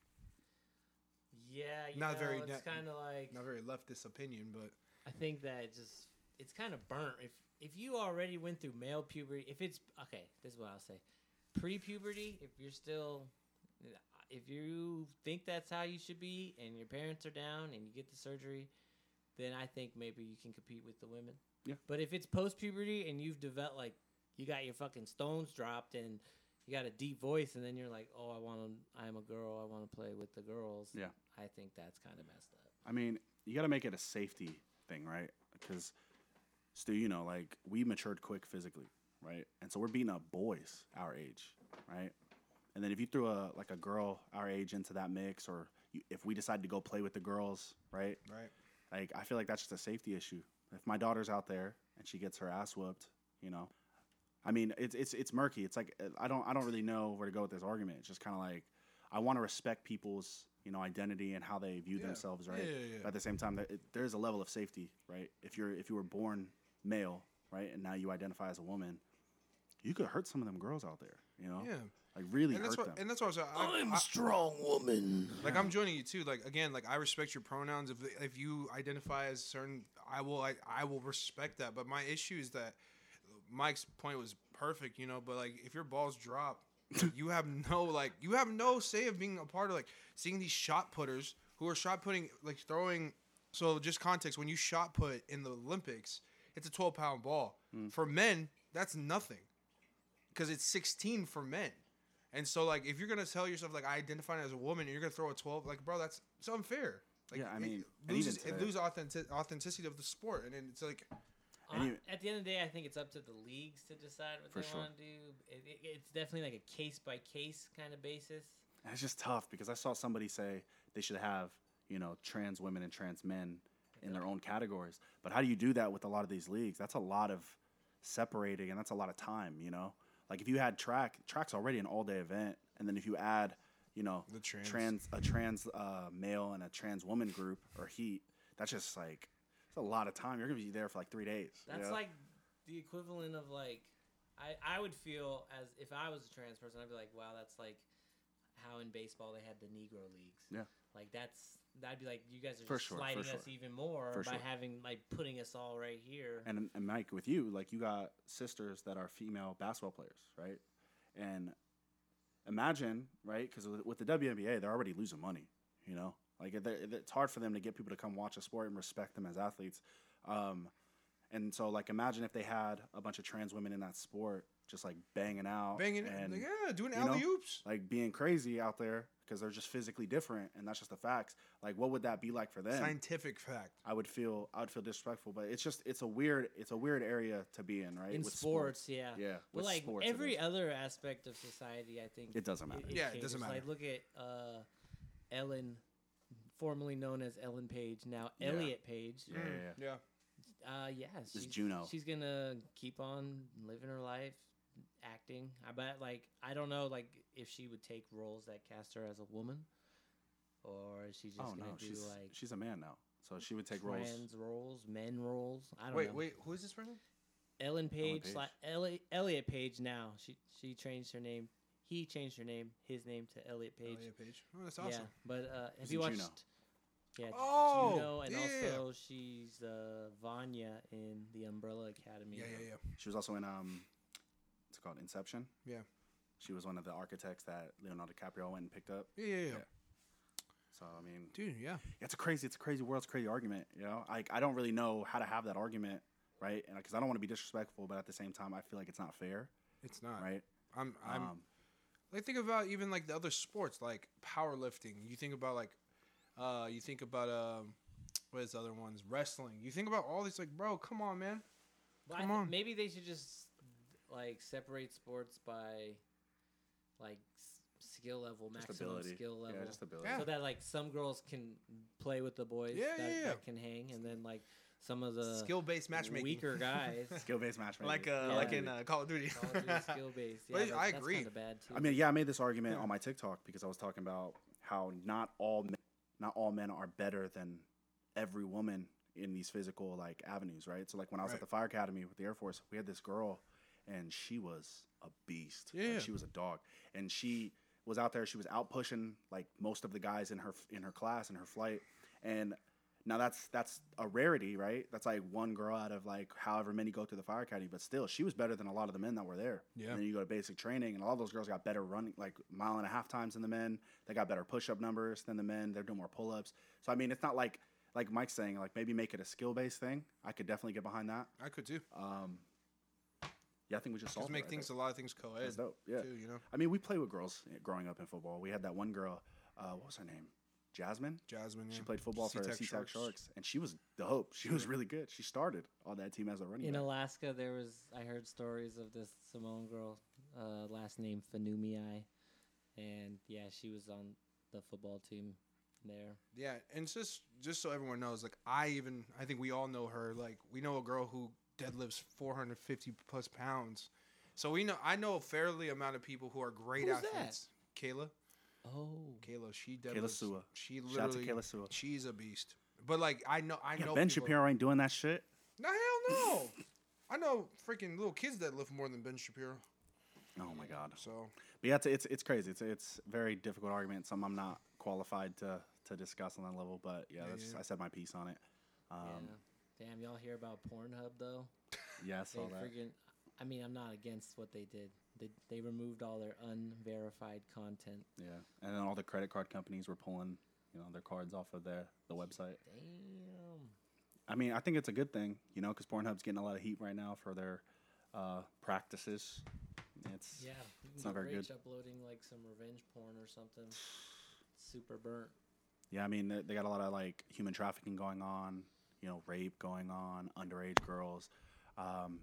Speaker 3: yeah, you
Speaker 1: Not
Speaker 3: know,
Speaker 1: very
Speaker 3: It's
Speaker 1: net-
Speaker 3: kind of like
Speaker 1: Not very leftist opinion, but
Speaker 3: I think that it just it's kind of burnt. If if you already went through male puberty, if it's okay, this is what I'll say: pre-puberty. If you're still, if you think that's how you should be, and your parents are down, and you get the surgery, then I think maybe you can compete with the women.
Speaker 2: Yeah.
Speaker 3: But if it's post-puberty and you've developed like you got your fucking stones dropped and you got a deep voice, and then you're like, oh, I want to, I'm a girl, I want to play with the girls.
Speaker 2: Yeah.
Speaker 3: I think that's kind of messed up.
Speaker 2: I mean, you got to make it a safety thing, right? Because, Stu, you know, like we matured quick physically, right? And so we're beating up boys our age, right? And then if you threw a like a girl our age into that mix, or you, if we decide to go play with the girls, right?
Speaker 1: right.
Speaker 2: Like I feel like that's just a safety issue. If my daughter's out there and she gets her ass whooped, you know, I mean, it's it's it's murky. It's like uh, I don't I don't really know where to go with this argument. It's just kind of like I want to respect people's you know identity and how they view
Speaker 1: Yeah.
Speaker 2: themselves, right?
Speaker 1: Yeah, yeah,
Speaker 2: But
Speaker 1: yeah.
Speaker 2: at the same time, there, it, there is a level of safety, right? If you're if you were born male, right, and now you identify as a woman, you could hurt some of them girls out there, you know,
Speaker 1: Yeah.
Speaker 2: like really
Speaker 1: And that's
Speaker 2: hurt
Speaker 1: what.
Speaker 2: them.
Speaker 1: And that's what I was. I, I,
Speaker 2: strong woman.
Speaker 1: like I'm joining you too. Like again, like I respect your pronouns. If if you identify as certain, I will I, I will respect that. But my issue is that Mike's point was perfect, you know. But like if your balls drop, you have no like you have no say of being a part of like seeing these shot putters who are shot putting like throwing. So just context: when you shot put in the Olympics, it's a 12 pound ball.
Speaker 2: Hmm.
Speaker 1: For men, that's nothing because it's 16 for men. And so, like, if you're gonna tell yourself like I identify as a woman, and you're gonna throw a 12, like, bro, that's it's unfair. Like,
Speaker 2: Yeah, I
Speaker 1: it
Speaker 2: mean, and
Speaker 1: loses,
Speaker 2: even
Speaker 1: it
Speaker 2: today-
Speaker 1: loses authentic, authenticity of the sport, and then it's like,
Speaker 2: And
Speaker 3: Uh,
Speaker 2: you-
Speaker 3: at the end of the day, I think it's up to the leagues to decide what
Speaker 2: For
Speaker 3: they
Speaker 2: sure.
Speaker 3: want to do. It, it, it's definitely like a case by case kind of basis.
Speaker 2: And it's just tough because I saw somebody say they should have, you know, trans women and trans men in their own categories. But how do you do that with a lot of these leagues? That's a lot of separating and that's a lot of time, you know? Like if you had track, track's already an all day event. And then if you add, you know,
Speaker 1: The trans.
Speaker 2: a trans uh, male and a trans woman group or heat, that's just like, it's a lot of time. You're going to be there for like three days. you
Speaker 3: That's
Speaker 2: know?
Speaker 3: like the equivalent of like, I, I would feel as if I was a trans person, I'd be like, wow, that's like how in baseball they had the Negro leagues.
Speaker 2: Yeah.
Speaker 3: Like that's, I'd be like, you guys are
Speaker 2: For
Speaker 3: just
Speaker 2: sure, for
Speaker 3: sliding us
Speaker 2: sure.
Speaker 3: even more
Speaker 2: For
Speaker 3: by
Speaker 2: sure.
Speaker 3: having like putting us all right here.
Speaker 2: and, and Mike, with you, like you got sisters that are female basketball players, right? And imagine, right? Because with, with the WNBA, they're already losing money, you know? Like it- it- it's hard for them to get people to come watch a sport and respect them as athletes. Um, and so, like, imagine if they had a bunch of trans women in that sport just like banging out,
Speaker 1: banging,
Speaker 2: and
Speaker 1: like, yeah, doing
Speaker 2: you know,
Speaker 1: alley oops.
Speaker 2: like being crazy out there because they're just physically different, and that's just the facts. Like, what would that be like for them?
Speaker 1: Scientific fact.
Speaker 2: I would feel I would feel disrespectful, but it's just it's a weird it's a weird area to be in, right?
Speaker 3: in
Speaker 2: With
Speaker 3: sports, yeah.
Speaker 2: yeah,
Speaker 3: But
Speaker 2: with
Speaker 3: like
Speaker 2: sports it
Speaker 3: every
Speaker 2: is.
Speaker 3: other aspect of society, I think
Speaker 2: it doesn't matter.
Speaker 1: Yeah, it doesn't
Speaker 3: changes. Like
Speaker 1: matter.
Speaker 3: look at uh, Ellen, formerly known as Ellen Page, now
Speaker 2: Yeah.
Speaker 3: Elliot Page.
Speaker 2: Yeah, yeah, yeah.
Speaker 1: Hmm, Yeah,
Speaker 3: Uh, yeah, she's,
Speaker 2: Juno.
Speaker 3: She's gonna keep on living her life, acting. I bet. Like I don't know, like if she would take roles that cast her as a woman, or is she just
Speaker 2: Oh
Speaker 3: gonna
Speaker 2: no,
Speaker 3: do
Speaker 2: she's
Speaker 3: like
Speaker 2: she's a man now, so she would take roles.
Speaker 3: trans roles, men roles? I don't
Speaker 1: wait,
Speaker 3: know.
Speaker 1: wait, who is this person?
Speaker 3: Ellen Page,
Speaker 2: Page.
Speaker 3: Sli- Elli- Elliot Page. Now she she changed her name. He changed her name, his name to Elliot Page.
Speaker 1: Elliot Page. Oh, that's awesome.
Speaker 3: Yeah, but uh, have
Speaker 2: Is
Speaker 3: you
Speaker 2: it
Speaker 3: watched?
Speaker 2: Juno?
Speaker 3: Yeah, J-
Speaker 1: Oh,
Speaker 3: Juno, and
Speaker 1: yeah, yeah, yeah.
Speaker 3: also she's uh, Vanya in the Umbrella Academy.
Speaker 1: Yeah, yeah, yeah.
Speaker 2: She was also in um, what's it called Inception.
Speaker 1: Yeah.
Speaker 2: she was one of the architects that Leonardo DiCaprio went and picked up.
Speaker 1: Yeah, yeah, yeah,
Speaker 2: Yeah. So I mean,
Speaker 1: Dude, yeah.
Speaker 2: it's a crazy, it's a crazy world, it's a crazy argument. You know, like I don't really know how to have that argument, right? And because I don't want to be disrespectful, but at the same time, I feel like it's not fair,
Speaker 1: It's not.
Speaker 2: right?
Speaker 1: I'm. I'm.
Speaker 2: um,
Speaker 1: like think about even like the other sports like powerlifting you think about like uh you think about um what is the other ones wrestling you think about all these like bro come on man
Speaker 3: But I
Speaker 1: Come
Speaker 3: th-
Speaker 1: on.
Speaker 3: Maybe they should just like like separate sports by like s- skill level,
Speaker 2: Just
Speaker 3: maximum
Speaker 2: ability.
Speaker 3: skill level.
Speaker 2: Yeah, just ability.
Speaker 1: Yeah.
Speaker 3: So that like some girls can play with the boys
Speaker 1: Yeah,
Speaker 3: that,
Speaker 1: yeah, yeah.
Speaker 3: that can hang, and then like some of the
Speaker 1: Skill based matchmaking.
Speaker 3: weaker guys.
Speaker 2: Skill based matchmaking.
Speaker 1: like uh,
Speaker 3: Yeah.
Speaker 1: like in uh, Call of Duty.
Speaker 3: skill based. Yeah,
Speaker 1: But
Speaker 3: that-
Speaker 1: I
Speaker 3: that's
Speaker 1: agree.
Speaker 3: kinda bad too.
Speaker 2: I mean, yeah, I made this argument
Speaker 1: Yeah.
Speaker 2: on my TikTok because I was talking about how not all men, not all men are better than every woman in these physical like avenues, right? So like when I was
Speaker 1: Right.
Speaker 2: at the fire academy with the Air Force, we had this girl and she was a beast. Like,
Speaker 1: Yeah.
Speaker 2: she was a dog. And she was out there, she was out pushing like most of the guys in her in her class in her flight and now that's that's a rarity, right? That's like one girl out of like however many go through the fire academy, but still, she was better than a lot of the men that were there.
Speaker 1: Yeah.
Speaker 2: And then you go to basic training, and all those girls got better running, like mile and a half times than the men. They got better push up numbers than the men. They're doing more pull ups. So I mean, it's not like like Mike's saying, like maybe make it a skill based thing. I could definitely get behind that.
Speaker 1: I could too.
Speaker 2: Um, yeah, I think we just
Speaker 1: Just
Speaker 2: solved it
Speaker 1: make
Speaker 2: right
Speaker 1: things
Speaker 2: there.
Speaker 1: a lot of things co ed
Speaker 2: That's dope. Yeah.
Speaker 1: too. You know,
Speaker 2: I mean, we played with girls eh, growing up in football. We had that one girl. Uh, what was her name? Jasmine.
Speaker 1: Jasmine. Yeah.
Speaker 2: She played football for
Speaker 1: SeaTac
Speaker 2: SeaTac Sharks.
Speaker 1: Sharks.
Speaker 2: Sharks, and she was dope. She was really good. She started on that team as a running
Speaker 3: In
Speaker 2: back.
Speaker 3: Alaska, there was I heard stories of this Samoan girl, uh, last name Fanumiai, and yeah, she was on the football team there.
Speaker 1: Yeah, and it's just just so everyone knows, like I even I think we all know her. Like we know a girl who deadlifts 450 plus pounds, so we know I know a fairly amount of people who are great
Speaker 3: Who's that?
Speaker 1: athletes. Kayla,
Speaker 3: Oh,
Speaker 1: Kayla, she deadlifts.
Speaker 2: Sua.
Speaker 1: She
Speaker 2: Shout out to
Speaker 1: literally,
Speaker 2: Kayla Sewell.
Speaker 1: she's a beast. But like I know, I
Speaker 2: Yeah,
Speaker 1: know
Speaker 2: Ben
Speaker 1: people-
Speaker 2: Shapiro ain't doing that shit.
Speaker 1: No hell no. I know freaking little kids that lift more than Ben Shapiro.
Speaker 2: Oh my god.
Speaker 1: So
Speaker 2: But yeah, it's it's, it's crazy. It's it's a very difficult argument. Some I'm not qualified to to discuss on that level. But yeah,
Speaker 1: Yeah,
Speaker 2: that's
Speaker 1: yeah.
Speaker 2: I said my piece on it. Um,
Speaker 3: yeah. Damn, y'all hear about Pornhub though?
Speaker 2: yeah, I
Speaker 3: They
Speaker 2: saw that.
Speaker 3: freaking. I mean, I'm not against what they did. They they removed all their unverified content.
Speaker 2: Yeah, and then all the credit card companies were pulling you know their cards off of their the website.
Speaker 3: Damn.
Speaker 2: I mean, I think it's a good thing, you know, because Pornhub's getting a lot of heat right now for their uh, practices. It's
Speaker 3: Yeah, you
Speaker 2: It's
Speaker 3: can
Speaker 2: not very
Speaker 3: reach
Speaker 2: good.
Speaker 3: Uploading like some revenge porn or something. Super burnt.
Speaker 2: Yeah, I mean, they, they got a lot of like human trafficking going on, you know, rape going on, underage girls. Um,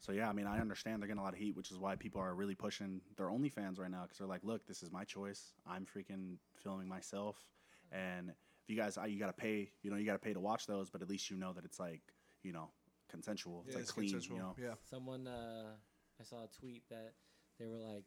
Speaker 2: so yeah, I mean, I understand they're getting a lot of heat, which is why people are really pushing their OnlyFans right now because they're like, look, this is my choice. I'm freaking filming myself, and if you guys, I, you gotta pay, you know, you gotta pay to watch those, but at least you know that it's like, you know, consensual. it's
Speaker 1: yeah,
Speaker 2: like
Speaker 1: it's
Speaker 2: clean,
Speaker 1: consensual.
Speaker 2: you know.
Speaker 1: Yeah,
Speaker 3: Someone, uh, I saw a tweet that they were like,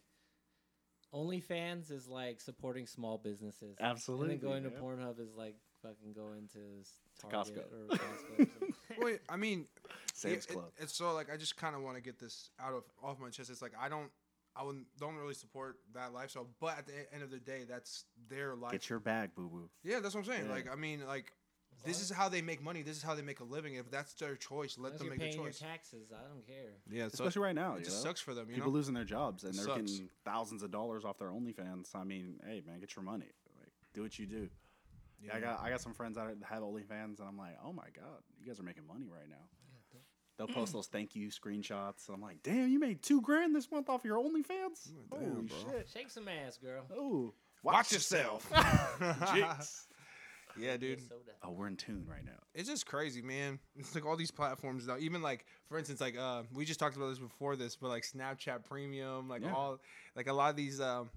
Speaker 3: OnlyFans is like supporting small businesses.
Speaker 2: Absolutely.
Speaker 3: And then going
Speaker 2: yeah.
Speaker 3: to Pornhub is like fucking going to s-
Speaker 2: To
Speaker 3: Target
Speaker 2: Costco.
Speaker 3: or Costco. or something.
Speaker 1: Wait, I mean,
Speaker 2: Sam's
Speaker 1: Yeah, it-
Speaker 2: Club.
Speaker 1: it's so like I just kind of want to get this out of off my chest. It's like I don't, I wouldn't, don't really support that lifestyle. But at the e, end of the day, that's their life.
Speaker 2: Get your bag, boo boo.
Speaker 1: yeah, that's what I'm saying.
Speaker 2: Yeah.
Speaker 1: Like I mean, like this
Speaker 3: What?
Speaker 1: is how they make money. This is how they make a living. If that's their choice, let
Speaker 3: Unless
Speaker 1: them
Speaker 3: you're
Speaker 1: make the
Speaker 3: paying
Speaker 1: choice.
Speaker 3: your taxes, I don't care.
Speaker 1: yeah, so
Speaker 2: Especially right now,
Speaker 1: it
Speaker 2: you
Speaker 1: just
Speaker 2: know?
Speaker 1: sucks for them. You
Speaker 2: People
Speaker 1: know,
Speaker 2: losing their jobs and they're
Speaker 1: Sucks.
Speaker 2: getting thousands of dollars off their OnlyFans. I mean, hey man, get your money. Like, do what you do. Yeah, I got I got some friends that have OnlyFans, and I'm like, oh my god, you guys are making money right now. They'll post those thank you screenshots, and I'm like, damn, you made two grand this month off your OnlyFans.
Speaker 1: Oh, damn,
Speaker 2: Holy
Speaker 1: bro.
Speaker 2: shit!
Speaker 3: Shake some ass, girl.
Speaker 2: Oh,
Speaker 1: watch yourself.
Speaker 2: Jinx.
Speaker 1: yeah, dude.
Speaker 3: Get soda.
Speaker 2: oh, we're in tune right now.
Speaker 1: it's just crazy, man. It's like all these platforms now. Even like, for instance, like uh, we just talked about this before this, but like Snapchat Premium, like
Speaker 2: Yeah.
Speaker 1: all, like a lot of these um,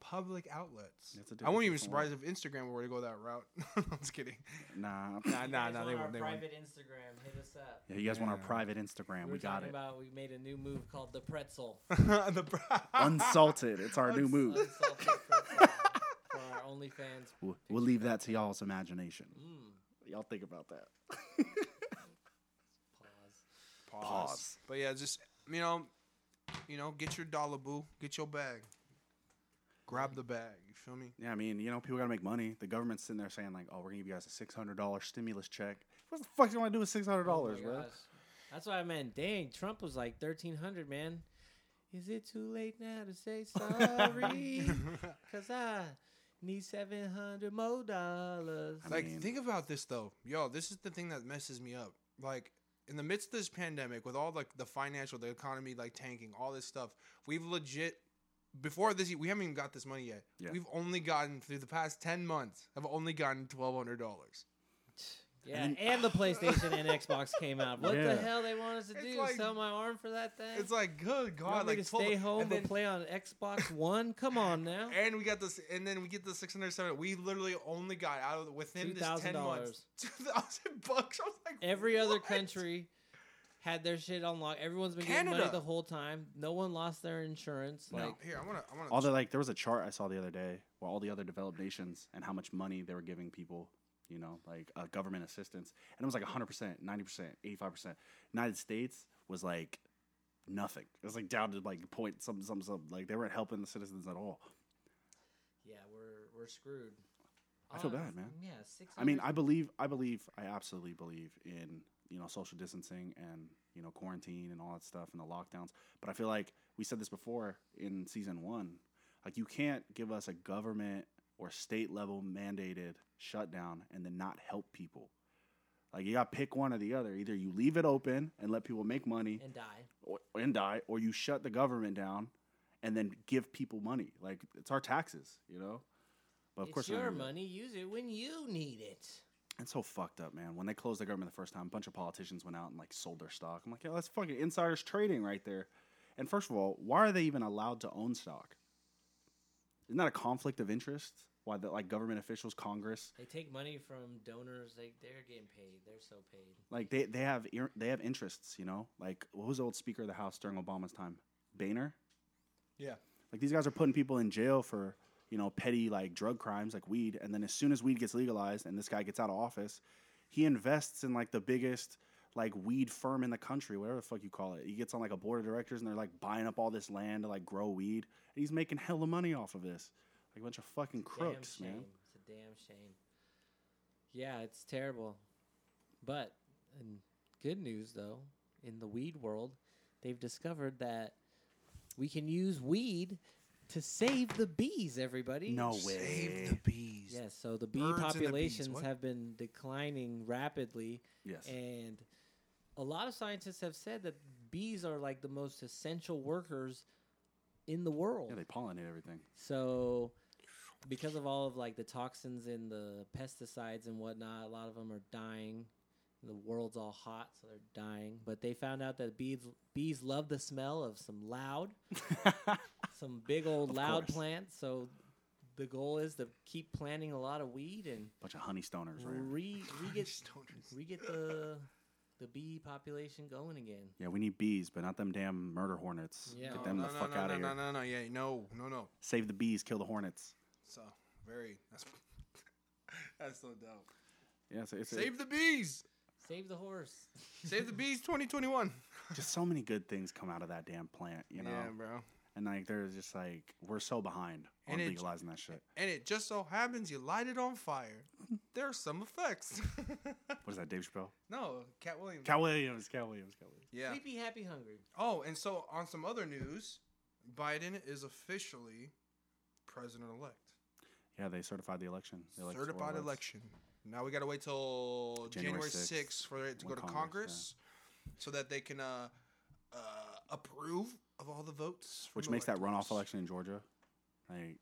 Speaker 1: public outlets.
Speaker 2: It's a
Speaker 1: I won't
Speaker 2: different
Speaker 1: even
Speaker 2: different world.
Speaker 1: surprise if Instagram were to go that route. I'm just kidding.
Speaker 2: Nah,
Speaker 1: Nah,
Speaker 3: You
Speaker 1: Uh, nah,
Speaker 3: guys
Speaker 1: nah.
Speaker 3: want
Speaker 1: They
Speaker 3: our
Speaker 1: won't. They won't.
Speaker 3: private Instagram. Hit us up.
Speaker 2: yeah, you guys want our
Speaker 1: Yeah.
Speaker 2: private Instagram?
Speaker 3: We,
Speaker 2: We,
Speaker 3: were
Speaker 2: got
Speaker 3: talking
Speaker 2: it.
Speaker 3: about we made a new move called the pretzel.
Speaker 1: The pro-
Speaker 2: Unsalted. It's our new move.
Speaker 3: Unsalted pretzel for our OnlyFans.
Speaker 2: We'll, we'll leave that to y'all's imagination.
Speaker 3: Mm,
Speaker 2: Y'all think about that.
Speaker 3: pause.
Speaker 1: Pause.
Speaker 2: Pause.
Speaker 1: But yeah, just you know, you know, get your dollar boo, get your bag, grab the bag. You feel me?
Speaker 2: Yeah, I mean, you know, people gotta make money. The government's sitting there saying like, "Oh, we're gonna give you guys a six hundred dollar stimulus check." What the fuck do you want to do with six hundred
Speaker 3: Oh my
Speaker 2: dollars, bro?
Speaker 3: gosh. That's what I meant. Dang, Trump was like thirteen hundred, man. Is it too late now to say sorry? Cause I need seven hundred more dollars.
Speaker 2: I
Speaker 1: like
Speaker 2: mean-
Speaker 1: think about this though yo this is the thing that messes me up like in the midst of this pandemic with all like the financial the economy like tanking all this stuff we've legit before this we haven't even got this money yet
Speaker 2: Yeah.
Speaker 1: we've only gotten through the past 10 months have only gotten $1200
Speaker 3: Yeah, and, the PlayStation and Xbox came out. What
Speaker 2: Yeah.
Speaker 3: the hell they want us to
Speaker 1: It's
Speaker 3: do?
Speaker 1: like-
Speaker 3: Sell my arm for that thing?
Speaker 1: It's like good
Speaker 3: you
Speaker 1: god,
Speaker 3: want me
Speaker 1: like
Speaker 3: to stay
Speaker 1: 12
Speaker 3: home
Speaker 1: and then,
Speaker 3: and play on Xbox One? Come on now.
Speaker 1: and we got this, and then we get the six hundred seven. We literally only got out of within this ten months
Speaker 3: $2,000.
Speaker 1: two thousand bucks. I was like,
Speaker 3: Every other
Speaker 1: what?
Speaker 3: country had their shit on lock. Everyone's been getting money
Speaker 1: Canada.
Speaker 3: the whole time. No one lost their insurance.
Speaker 2: No.
Speaker 3: Like
Speaker 1: Here, I want to. I want
Speaker 2: all the like there was a chart I saw the other day where all the other developed nations and how much money they were giving people, you know, like uh, government assistance, and it was like 100 percent, 90 percent, 85 percent. United States was like nothing. It was like down to like point some some some like they weren't helping the citizens at all.
Speaker 3: Yeah, we're we're screwed.
Speaker 2: I feel
Speaker 3: Honest-
Speaker 2: bad, man.
Speaker 3: Yeah, six.
Speaker 2: I mean, I believe, I believe, I absolutely believe in you know social distancing and you know quarantine and all that stuff and the lockdowns. But I feel like we said this before in season one, like you can't give us a government or state level mandated shutdown and then not help people. Like you got to pick one or the other. Either you leave it open and let people make money
Speaker 3: and die.
Speaker 2: or, and die, or you shut the government down and then give people money. Like it's our taxes, you know. But of
Speaker 3: it's
Speaker 2: course, we're
Speaker 3: your
Speaker 2: gonna do that.
Speaker 3: money. Use it when you need it.
Speaker 2: It's so fucked up, man. When they closed the government the first time, a bunch of politicians went out and like sold their stock. I'm like, yeah, that's fucking insiders trading right there. And first of all, why are they even allowed to own stock? Isn't that a conflict of interest? Why the like government officials, Congress,
Speaker 3: They take money from donors. They they're getting paid. They're so paid.
Speaker 2: like they they have ir- they have interests, you know? Like what was the old Speaker of the House during Obama's time? Boehner.
Speaker 1: Yeah.
Speaker 2: Like these guys are putting people in jail for you know petty like drug crimes like weed, and then as soon as weed gets legalized and this guy gets out of office, he invests in like the biggest like weed firm in the country, whatever the fuck you call it. He gets on like a board of directors and they're like buying up all this land to like grow weed, and he's making hella money off of this. Like a bunch of fucking crooks,
Speaker 3: damn shame.
Speaker 2: man.
Speaker 3: It's a damn shame. Yeah, it's terrible. But and good news though, in the weed world, they've discovered that we can use weed to save the bees. Everybody,
Speaker 2: No
Speaker 1: Save the
Speaker 2: way.
Speaker 1: bees.
Speaker 3: Yes, so the bee
Speaker 1: Birds and the bees,
Speaker 3: populations
Speaker 1: what?
Speaker 3: have been declining rapidly,
Speaker 2: Yes.
Speaker 3: and a lot of scientists have said that bees are like the most essential workers in the world.
Speaker 2: Yeah, they pollinate everything.
Speaker 3: so, because of all of like the toxins in the pesticides and whatnot, a lot of them are dying. The world's all hot, so they're dying. But they found out that bees bees love the smell of some loud some big old
Speaker 2: Of
Speaker 3: loud
Speaker 2: course.
Speaker 3: plants. So the goal is to keep planting a lot of weed and
Speaker 2: bunch of honey stoners, right?
Speaker 3: re re get
Speaker 1: Stoners.
Speaker 3: re get the the bee population going again.
Speaker 2: Yeah, we need bees, but not them damn murder hornets.
Speaker 3: Yeah.
Speaker 2: Get
Speaker 3: No,
Speaker 2: them
Speaker 1: Oh, no,
Speaker 2: the
Speaker 1: no,
Speaker 2: fuck
Speaker 1: no,
Speaker 2: out
Speaker 1: no,
Speaker 2: of
Speaker 1: no,
Speaker 2: here.
Speaker 1: No, no, yeah, no, no, no.
Speaker 2: Save the bees, kill the hornets.
Speaker 1: So very. That's that's so dope.
Speaker 2: Yeah, so it's a-
Speaker 1: Save the bees.
Speaker 3: Save the horse.
Speaker 1: Save the bees. Twenty twenty one.
Speaker 2: just so many good things come out of that damn plant, you know.
Speaker 1: Yeah, bro.
Speaker 2: And like, they're just like, we're so behind on
Speaker 1: And it-
Speaker 2: legalizing that shit.
Speaker 1: And it just so happens you light it on fire. There are some effects.
Speaker 2: What is that, Dave Chappelle?
Speaker 1: no, Cat Williams.
Speaker 2: Cat Williams, Cat Williams, Cat Williams.
Speaker 1: yeah.
Speaker 3: Sleepy, happy, hungry.
Speaker 1: Oh, and so on some other news, Biden is officially president elect.
Speaker 2: Yeah, they certified the election. They elected four
Speaker 1: Certified
Speaker 2: votes.
Speaker 1: election. Now we got to wait till
Speaker 2: January
Speaker 1: January
Speaker 2: 6th,
Speaker 1: 6th for it to go
Speaker 2: when
Speaker 1: to
Speaker 2: Congress,
Speaker 1: Congress so that they can uh, uh, approve of all the votes. from
Speaker 2: which
Speaker 1: the
Speaker 2: makes that
Speaker 1: electors.
Speaker 2: runoff election in Georgia, like,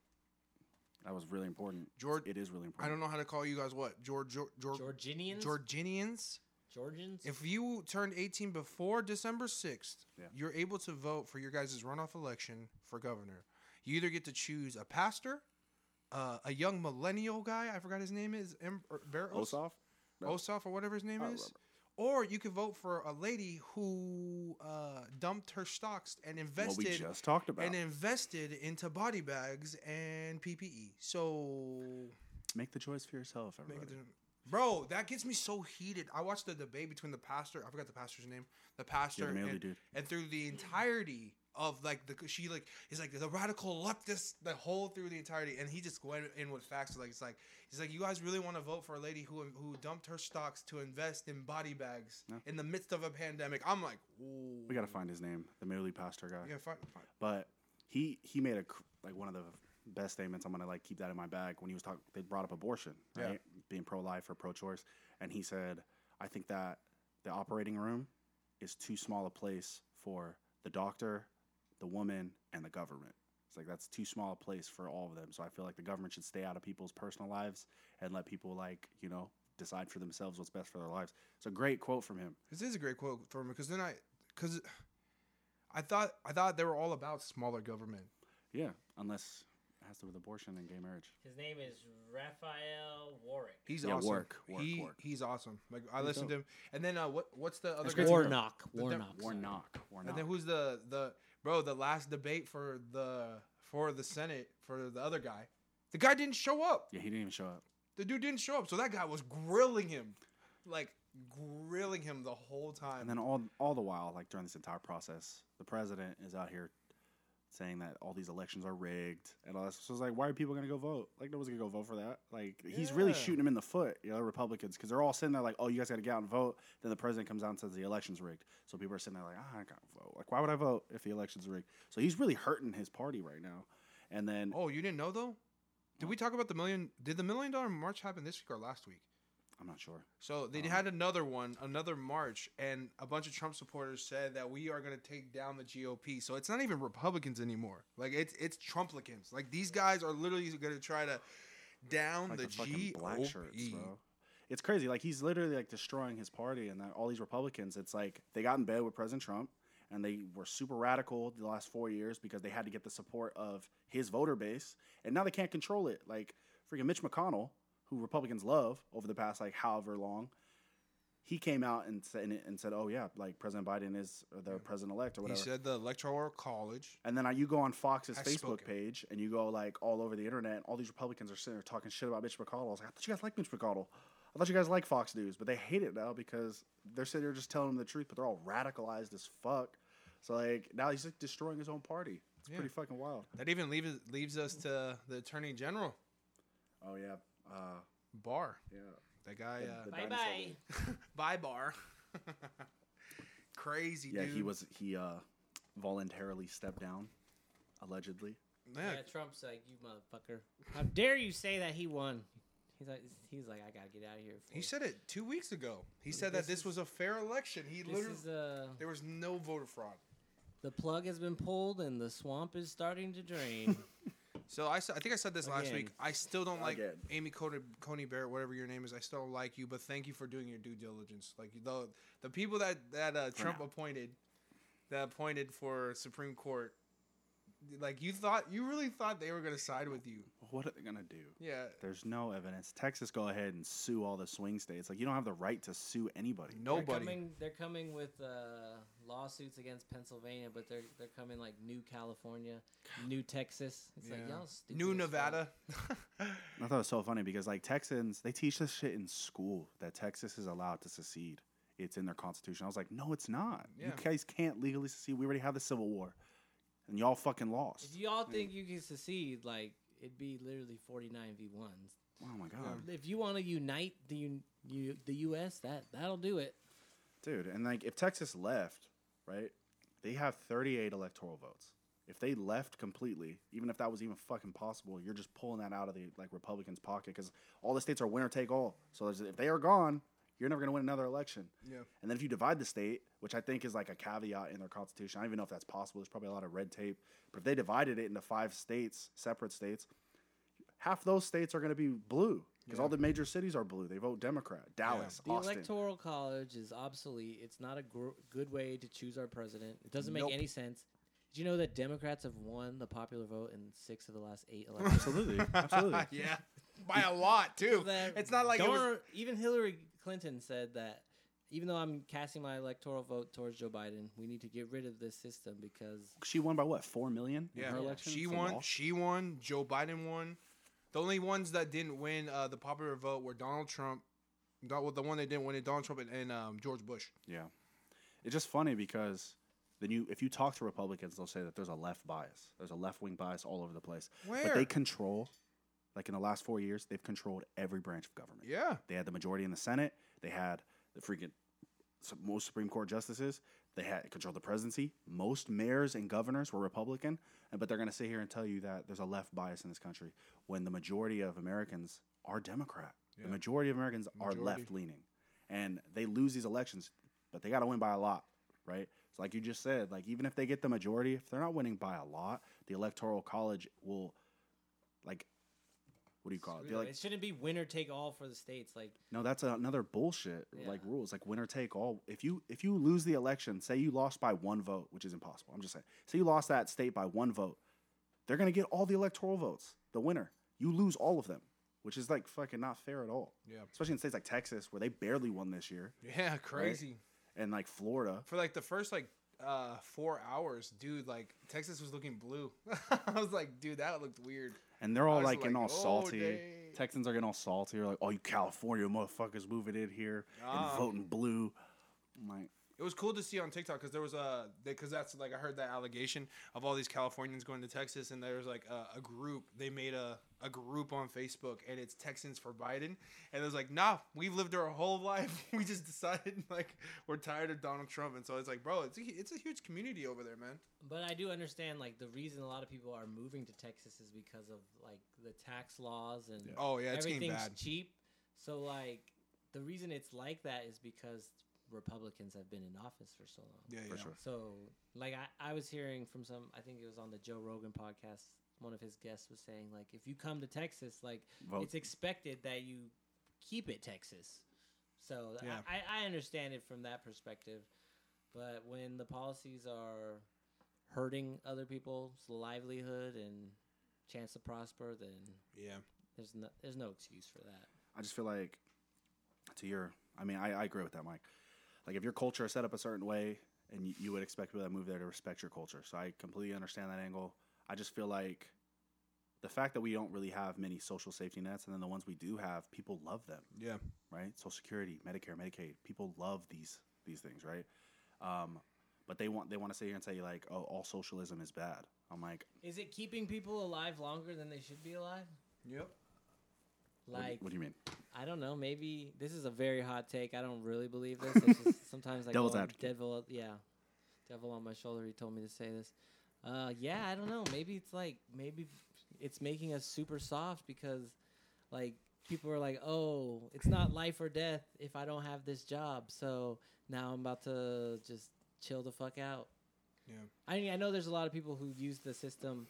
Speaker 2: that was really important.
Speaker 1: George-
Speaker 2: it is really
Speaker 1: I
Speaker 2: important.
Speaker 1: don't know how to call you guys what? George, George, George,
Speaker 3: Georginians.
Speaker 1: Georginians?
Speaker 3: Georgians.
Speaker 1: If you turned 18 before December 6th,
Speaker 2: Yeah.
Speaker 1: you're able to vote for your guys' runoff election for governor. You either get to choose a pastor, uh, a young millennial guy, I forgot his name is, em- or Bar-
Speaker 2: Ossoff. No.
Speaker 1: Ossoff or whatever his name
Speaker 2: I don't
Speaker 1: is.
Speaker 2: remember.
Speaker 1: Or you could vote for a lady who uh, dumped her stocks and
Speaker 2: What we
Speaker 1: invested
Speaker 2: just talked about.
Speaker 1: and invested into body bags and PPE. So
Speaker 2: Make the choice for yourself,
Speaker 1: Make
Speaker 2: everybody.
Speaker 1: it different. Bro, that gets me so heated. I watched the debate between the pastor. I forgot the pastor's name. The pastor
Speaker 2: mailed
Speaker 1: and,
Speaker 2: it, dude.
Speaker 1: and through the entirety of like the she like is like the radical leftist the whole through the entirety and he just went in with facts like it's like he's like you guys really want to vote for a lady who who dumped her stocks to invest in body bags
Speaker 2: No.
Speaker 1: in the midst of a pandemic. I'm like, ooh,
Speaker 2: we gotta find his name, the Maley pastor guy.
Speaker 1: We gotta find, find-
Speaker 2: But he he made a cr- like one of the best statements. I'm gonna like keep that in my bag when he was talking. They brought up abortion,
Speaker 1: Yeah.
Speaker 2: right? Being pro life or pro choice, and he said, I think that the operating room is too small a place for the doctor, the woman, and the government. It's like that's too small a place for all of them. So I feel like the government should stay out of people's personal lives and let people like you know decide for themselves what's best for their lives. It's a great quote from him.
Speaker 1: This is a great quote from him because then I because I thought I thought they were all about smaller government.
Speaker 2: Yeah, unless it has to do with abortion and gay marriage.
Speaker 4: His name is Raphael Warwick.
Speaker 1: He's
Speaker 2: Yeah,
Speaker 1: awesome.
Speaker 2: Warwick, Warwick,
Speaker 1: he,
Speaker 2: Warwick.
Speaker 1: He's awesome. Like I
Speaker 2: He's
Speaker 1: listened to him. And then uh, what what's the other
Speaker 2: That's
Speaker 1: guy's-
Speaker 2: great to know.
Speaker 3: Warnock.
Speaker 1: The dem-
Speaker 3: Warnock. sorry.
Speaker 2: Warnock. Warnock.
Speaker 1: And then who's the the bro? The last debate for the for the Senate for the other guy. The guy didn't show up.
Speaker 2: yeah, he didn't even show up.
Speaker 1: The dude didn't show up. So that guy was grilling him, like grilling him the whole time.
Speaker 2: And then all all the while, like during this entire process, the president is out here saying that all these elections are rigged and all that. So it's like, why are people gonna go vote? Like no one's gonna go vote for that. Like he's really
Speaker 1: Yeah.
Speaker 2: shooting him in the foot, you know, Republicans, because they're all sitting there like, oh, you guys gotta get out and vote. Then the president comes out and says the election's rigged. So people are sitting there like, ah, I gotta vote. Like why would I vote if the election's rigged? So he's really hurting his party right now. And then
Speaker 1: oh, you didn't know though? Did we talk about the million? Did the million dollar march happen this week or last week?
Speaker 2: I'm not sure.
Speaker 1: So they
Speaker 2: Um,
Speaker 1: had another one, another march, and a bunch of Trump supporters said that we are going to take down the GOP. So it's not even Republicans anymore. Like it's it's Trumplicans. Like these guys are literally going to try to down
Speaker 2: like
Speaker 1: the,
Speaker 2: the, fucking
Speaker 1: GOP.
Speaker 2: black shirts, bro. It's crazy. Like he's literally like destroying his party and that, all these Republicans. It's like they got in bed with President Trump and they were super radical the last four years because they had to get the support of his voter base, and now they can't control it. Like freaking Mitch McConnell, who Republicans love over the past like however long. He came out and said, and said, "Oh yeah, like President Biden is the president elect or
Speaker 1: He
Speaker 2: whatever."
Speaker 1: said the electoral college.
Speaker 2: And then uh, you go on Fox's
Speaker 1: Has
Speaker 2: Facebook
Speaker 1: spoken.
Speaker 2: page and you go like all over the internet. And all these Republicans are sitting there talking shit about Mitch McConnell. I was like, I thought you guys liked Mitch McConnell. I thought you guys liked Fox News, but they hate it now because they're sitting there just telling them the truth, but they're all radicalized as fuck. So like now he's like destroying his own party. It's
Speaker 1: Yeah.
Speaker 2: pretty fucking wild.
Speaker 1: That even leaves leaves us to the Attorney General
Speaker 2: Oh yeah, uh,
Speaker 1: Barr.
Speaker 2: yeah.
Speaker 1: That guy.
Speaker 2: The- the
Speaker 1: Uh,
Speaker 4: Bye
Speaker 2: dinosaur
Speaker 4: bye.
Speaker 2: lady.
Speaker 1: bye Barr. Crazy
Speaker 2: Yeah,
Speaker 1: dude.
Speaker 2: he was he uh, voluntarily stepped down, allegedly.
Speaker 1: Yeah,
Speaker 3: Yeah, Trump's like you, motherfucker. How dare you say that he won? He's like, he's like, I gotta get out of here.
Speaker 1: He
Speaker 3: before-
Speaker 1: said it two weeks ago. He said that
Speaker 3: This
Speaker 1: this
Speaker 3: is-
Speaker 1: was a fair election. He
Speaker 3: this
Speaker 1: literally
Speaker 3: is uh,
Speaker 1: there was no voter fraud.
Speaker 3: the plug has been pulled and the swamp is starting to drain.
Speaker 1: So I, s- I think I said this last
Speaker 3: Again.
Speaker 1: week. I still don't like
Speaker 2: Again.
Speaker 1: Amy Coney, Coney Barrett, whatever your name is. I still don't like you, but thank you for doing your due diligence. Like the the people that that uh, Trump
Speaker 2: now.
Speaker 1: appointed, that appointed for Supreme Court, like you thought you really thought they were gonna side with you.
Speaker 2: What are they gonna do?
Speaker 1: Yeah,
Speaker 2: There's no evidence. Texas go ahead and sue all the swing states. Like you don't have the right to sue anybody.
Speaker 3: They're
Speaker 1: nobody.
Speaker 3: coming, they're coming with uh, lawsuits against Pennsylvania, but they're they're coming like new California, new Texas. It's like
Speaker 1: Yeah.
Speaker 3: y'all stupid.
Speaker 1: New
Speaker 3: as fuck.
Speaker 1: Nevada.
Speaker 2: I thought it was so funny because like Texans, they teach this shit in school that Texas is allowed to secede. It's in their constitution. I was like, no, it's not.
Speaker 1: Yeah.
Speaker 2: You guys can't legally secede. We already have the Civil War, and y'all fucking lost.
Speaker 3: If y'all think you can secede, like it'd be literally forty nine v ones.
Speaker 2: oh my god,
Speaker 3: If you want to unite the un- you, the U.S., that that'll do it.
Speaker 2: dude! And like, if Texas left, right, they have 38 electoral votes. If they left completely, even if that was even fucking possible, you're just pulling that out of the like Republicans' pocket because all the states are winner take all. So there's, if they are gone, you're never gonna win another election.
Speaker 1: yeah,
Speaker 2: And then if you divide the state, which I think is like a caveat in their constitution, I don't even know if that's possible. There's probably a lot of red tape. But if they divided it into five states, separate states, half those states are going to be blue because all the major cities are blue. They vote Democrat. Dallas,
Speaker 3: The
Speaker 2: Austin.
Speaker 3: electoral college is obsolete. It's not a gr- good way to choose our president. It doesn't make
Speaker 1: Nope.
Speaker 3: any sense. Did you know that Democrats have won the popular vote in six of the last eight elections?
Speaker 2: Absolutely, absolutely.
Speaker 1: yeah, by a lot too.
Speaker 3: that
Speaker 1: It's not like it was-
Speaker 3: Donald- even Hillary Clinton said that even though I'm casting my electoral vote towards Joe Biden, we need to get rid of this system because
Speaker 2: She won by what? Four million in
Speaker 1: Yeah,
Speaker 2: her election.
Speaker 1: she
Speaker 2: It's a
Speaker 1: won.
Speaker 2: loss.
Speaker 1: She won. Joe Biden won. The only ones that didn't win uh, the popular vote were Donald Trump. Don- well, the one that didn't win it, Donald Trump and, and um, George Bush.
Speaker 2: Yeah, it's just funny because then you, if you talk to Republicans, they'll say that there's a left bias. There's a left wing bias all over the place. But
Speaker 1: Where?
Speaker 2: they control, like in the last four years, they've controlled every branch of government.
Speaker 1: Yeah,
Speaker 2: They had the majority in the Senate. They had the freaking s- most Supreme Court justices. They had controlled the presidency. Most mayors and governors were Republican. And but they're going to sit here and tell you that there's a left bias in this country when the majority of Americans are Democrat. The majority of Americans are
Speaker 1: Majority.
Speaker 2: left leaning, and they lose these elections, but they got to win by a lot, right? It's like you just said. Like even if they get the majority, if they're not winning by a lot, the Electoral College will like what do you call it? Be
Speaker 3: Screw it.
Speaker 2: like,
Speaker 3: it shouldn't be winner take all for the states. Like
Speaker 2: no, that's another bullshit like
Speaker 3: Yeah.
Speaker 2: rules, like winner take all. If you if you lose the election, say you lost by one vote, which is impossible. I'm just saying, say you lost that state by one vote, they're gonna get all the electoral votes. The winner, you lose all of them, which is like fucking not fair at all.
Speaker 1: Yeah.
Speaker 2: especially in states like Texas where they barely won this year,
Speaker 1: Yeah, crazy.
Speaker 2: and like Florida.
Speaker 1: For like the first like uh four hours, dude, like Texas was looking blue. I was like, dude, that looked weird.
Speaker 2: And they're all
Speaker 1: was
Speaker 2: like getting
Speaker 1: like,
Speaker 2: all
Speaker 1: "Oh,
Speaker 2: salty.
Speaker 1: dang."
Speaker 2: Texans are getting all salty. They're like, "Oh, you California motherfuckers moving in here
Speaker 1: Ah.
Speaker 2: and voting blue." I'm like,
Speaker 1: It was cool to see on TikTok because there was a because that's like I heard that allegation of all these Californians going to Texas and there was like a, a group they made a a group on Facebook and it's Texans for Biden and it was like nah we've lived our whole life we just decided like we're tired of Donald Trump and so it's like bro it's a, hu- it's a huge community over there man
Speaker 3: But I do understand, like the reason a lot of people are moving to Texas is because of like the tax laws and
Speaker 1: oh yeah it's getting
Speaker 3: everything's
Speaker 1: bad
Speaker 3: cheap. So like the reason it's like that is because Republicans have been in office for so long.
Speaker 1: yeah
Speaker 2: for
Speaker 1: yeah
Speaker 2: sure.
Speaker 3: So like I, I was hearing from some, I think it was on the Joe Rogan podcast. One of his guests was saying like, if you come to Texas, like
Speaker 2: Vote.
Speaker 3: it's expected that you keep it Texas. So th-
Speaker 1: Yeah.
Speaker 3: I, I understand it from that perspective. But when the policies are hurting other people's livelihood and chance to prosper, then
Speaker 1: yeah
Speaker 3: there's no, there's no excuse for that.
Speaker 2: I just feel like to your, I mean, I, I agree with that, Mike. Like if your culture is set up a certain way, and you, you would expect people that move there to respect your culture, so I completely understand that angle. I just feel like the fact that we don't really have many social safety nets, and then the ones we do have, people love them.
Speaker 1: yeah
Speaker 2: right? Social Security, Medicare, Medicaid. People love these these things, right? Um, but they want they want to sit here and say like, oh, all socialism is bad. I'm like,
Speaker 3: Is it keeping people alive longer than they should be alive?
Speaker 1: yep
Speaker 2: what, do you-
Speaker 3: Like
Speaker 2: what do you mean?
Speaker 3: I don't know. Maybe this is a very hot take. I don't really believe this. It's just sometimes I
Speaker 2: Devil's
Speaker 3: go on
Speaker 2: advocate.
Speaker 3: devil, yeah, devil on my shoulder. He told me to say this. Uh, yeah, I don't know. Maybe it's like maybe it's making us super soft because like people are like, oh, it's not life or death if I don't have this job. So now I'm about to just chill the fuck out.
Speaker 1: Yeah.
Speaker 3: I mean, I know there's a lot of people who use the system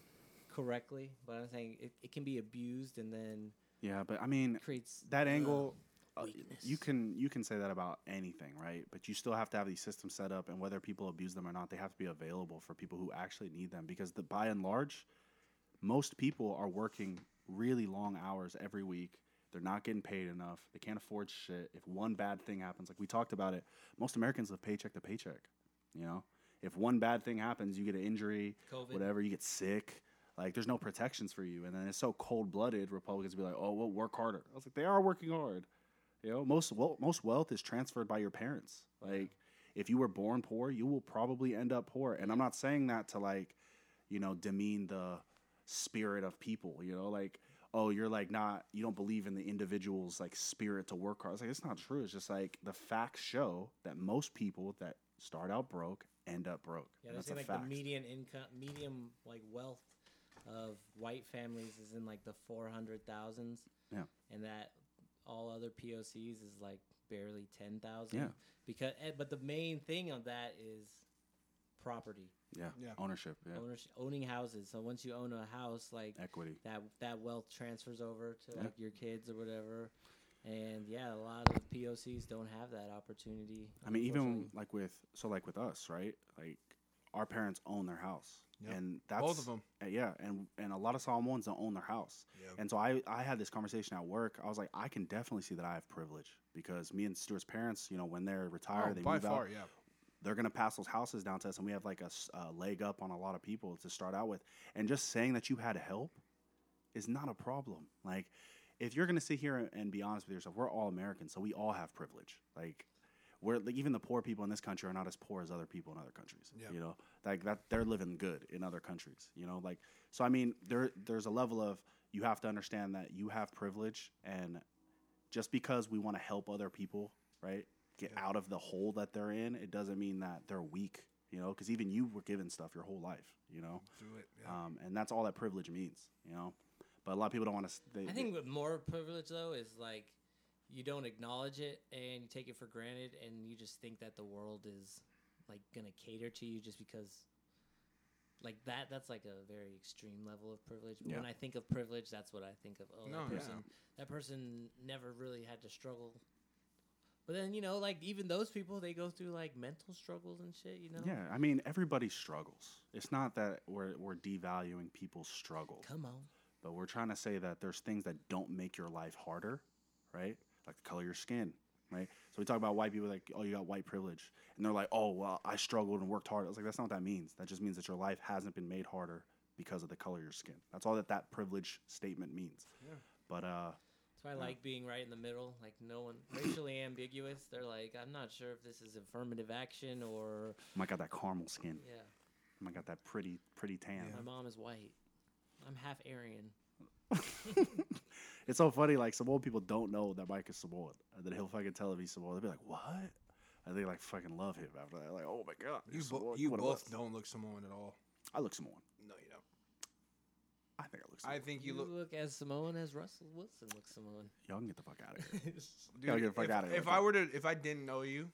Speaker 3: correctly, but I'm saying it, it can be abused and then
Speaker 2: Yeah, but I mean
Speaker 3: creates
Speaker 2: that angle. uh,
Speaker 3: weakness.
Speaker 2: you can you can say that about anything, right? But you still have to have these systems set up, and whether people abuse them or not, they have to be available for people who actually need them. Because the by and large, most people are working really long hours every week. They're not getting paid enough. They can't afford shit. If one bad thing happens, like we talked about it, most Americans live paycheck to paycheck. You know, if one bad thing happens, you get an injury,
Speaker 3: COVID.
Speaker 2: whatever, you get sick. Like there's no protections for you, and then it's so cold blooded. Republicans be like, "Oh, well, work harder." I was like, they are working hard. You know, most well, most wealth is transferred by your parents. Like, if you were born poor, you will probably end up poor. And I'm not saying that to like, you know, demean the spirit of people. You know, like, oh, you're like not, you don't believe in the individual's like spirit to work hard. It's like it's not true. It's just like the facts show that most people that start out broke end up broke.
Speaker 3: Yeah,
Speaker 2: And
Speaker 3: they're
Speaker 2: that's a
Speaker 3: saying like
Speaker 2: fact.
Speaker 3: the median income, medium like wealth of white families is in like the four hundred thousands.
Speaker 2: Yeah.
Speaker 3: and that all other POCs is like barely ten thousand.
Speaker 2: Yeah.
Speaker 3: because eh, but the main thing of that is property
Speaker 2: yeah.
Speaker 1: Yeah.
Speaker 2: ownership, yeah,
Speaker 3: ownership, owning houses. So once you own a house, like
Speaker 2: equity.
Speaker 3: that that wealth transfers over to
Speaker 2: Yeah.
Speaker 3: like your kids or whatever. And yeah, a lot of POCs don't have that opportunity.
Speaker 2: I mean, even
Speaker 3: unfortunately.
Speaker 2: like with so like with us, right? Like our parents own their house,
Speaker 1: Yep.
Speaker 2: and that's
Speaker 1: both of them
Speaker 2: uh, Yeah, and and a lot of Samoans don't own their house,
Speaker 1: Yeah.
Speaker 2: and so I I had this conversation at work. I was like, I can definitely see that I have privilege because me and Stuart's parents, you know, when they're retired,
Speaker 1: oh,
Speaker 2: they
Speaker 1: by
Speaker 2: move
Speaker 1: far
Speaker 2: out,
Speaker 1: yeah
Speaker 2: they're gonna pass those houses down to us, and we have like a, s- a leg up on a lot of people to start out with. And just saying that you had help is not a problem. Like, if you're gonna sit here and be honest with yourself, we're all Americans, so we all have privilege. Like, we're like, even the poor people in this country are not as poor as other people in other countries.
Speaker 1: Yeah.
Speaker 2: You know, like that they're living good in other countries. You know, like so. I mean, there there's a level of you have to understand that you have privilege, and just because we want to help other people, right, get
Speaker 1: Yeah.
Speaker 2: out of the hole that they're in, it doesn't mean that they're weak. You know, because even you were given stuff your whole life. You know,
Speaker 1: do it yeah.
Speaker 2: um, and that's all that privilege means, you know. But a lot of people don't want to. They,
Speaker 3: I think what more privilege though is like you don't acknowledge it and you take it for granted and you just think that the world is like gonna cater to you just because like that that's like a very extreme level of privilege but
Speaker 2: Yeah.
Speaker 3: when i think of privilege that's what i think of oh
Speaker 1: No,
Speaker 3: that
Speaker 1: yeah.
Speaker 3: person that person never really had to struggle but then you know like even those people they go through like mental struggles and shit you know
Speaker 2: Yeah, I mean everybody struggles. It's not that we're we're devaluing people's struggle,
Speaker 3: come on
Speaker 2: but we're trying to say that there's things that don't make your life harder, right? Like the color of your skin, right? So we talk about white people like, oh, you got white privilege, and they're like, oh, well, I struggled and worked hard. I was like, that's not what that means. That just means that your life hasn't been made harder because of the color of your skin. That's all that that privilege statement means.
Speaker 1: Yeah.
Speaker 2: But uh,
Speaker 3: that's why i like being right in the middle like no one racially ambiguous they're like i'm not sure if this is affirmative action or
Speaker 2: oh my god, that caramel skin.
Speaker 3: yeah
Speaker 2: Oh my god, that pretty pretty tan.
Speaker 3: my mom is white i'm half aryan
Speaker 2: It's so funny. Like Samoan people don't know that Mike is Samoan, and then he'll fucking tell him he's Samoan. They'll be like, "What?" And they like fucking love him after that. Like, "Oh my god,
Speaker 1: You,
Speaker 2: he's
Speaker 1: bo-
Speaker 2: Samoan,
Speaker 1: you
Speaker 2: one of
Speaker 1: both
Speaker 2: us."
Speaker 1: don't look Samoan at all.
Speaker 2: I look Samoan.
Speaker 1: No, you don't.
Speaker 2: I think I look Samoan.
Speaker 1: I think you look.
Speaker 3: as samoan as russell wilson looks samoan
Speaker 2: Y'all can get the fuck out of here.
Speaker 1: Dude,
Speaker 2: Gotta get the fuck
Speaker 1: if,
Speaker 2: outta here
Speaker 1: if
Speaker 2: with
Speaker 1: I
Speaker 2: that.
Speaker 1: were to, if I didn't know you,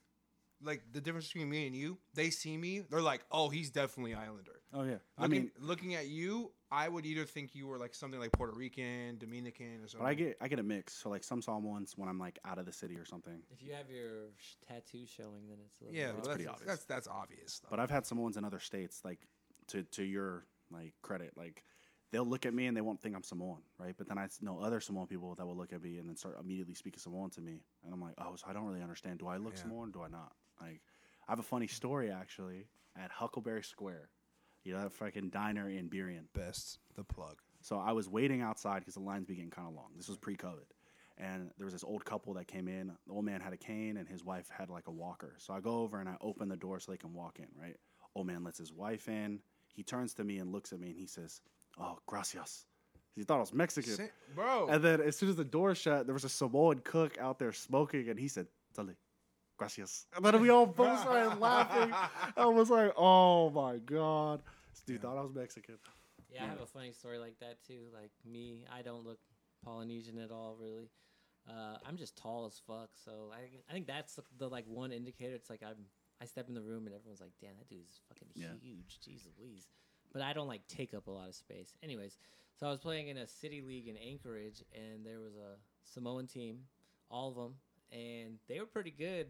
Speaker 1: like the difference between me and you, they see me, they're like, "Oh, he's definitely Islander."
Speaker 2: Oh yeah. I
Speaker 1: Looking,
Speaker 2: mean,
Speaker 1: looking at you, I would either think you were like something like Puerto Rican, Dominican, or something.
Speaker 2: but I get I get a mix. So like some Samoans when I'm like out of the city or something.
Speaker 3: If you have your sh- tattoo showing, then it's a little
Speaker 1: yeah,
Speaker 3: more-
Speaker 1: that's,
Speaker 2: pretty
Speaker 1: that's,
Speaker 2: obvious.
Speaker 1: that's that's obvious. Though.
Speaker 2: But I've had Samoans in other states. Like to to your like credit, like they'll look at me and they won't think I'm Samoan, right? But then I s- know other Samoan people that will look at me and then start immediately speaking Samoan to me, and I'm like, oh, so I don't really understand. Do I look
Speaker 1: Yeah.
Speaker 2: Samoan? Do I not? Like, I have a funny story actually at Huckleberry Square. You know that fucking diner in Burien.
Speaker 1: best the plug.
Speaker 2: So I was waiting outside because the lines be getting kind of long. This was pre-COVID, and there was this old couple that came in. The old man had a cane, and his wife had like a walker. So I go over and I open the door so they can walk in. Right? Old man lets his wife in. He turns to me and looks at me, and he says, "Oh, gracias." He thought I was Mexican.
Speaker 1: Sa- Bro,
Speaker 2: And then as soon as the door shut, there was a Samoan cook out there smoking, and he said, "Dale, gracias." And then we all both started laughing. I was like, "Oh my god." This dude thought I was Mexican.
Speaker 3: yeah, I have a funny story like that too. Like me, I don't look Polynesian at all, really. Uh, I'm just tall as fuck, so I I think that's the, the like one indicator. It's like I'm I step in the room and everyone's like, "Damn, that dude's fucking
Speaker 2: Yeah.
Speaker 3: huge." Jeez Louise. But I don't like take up a lot of space. Anyways, so I was playing in a city league in Anchorage, and there was a Samoan team, all of them, and they were pretty good.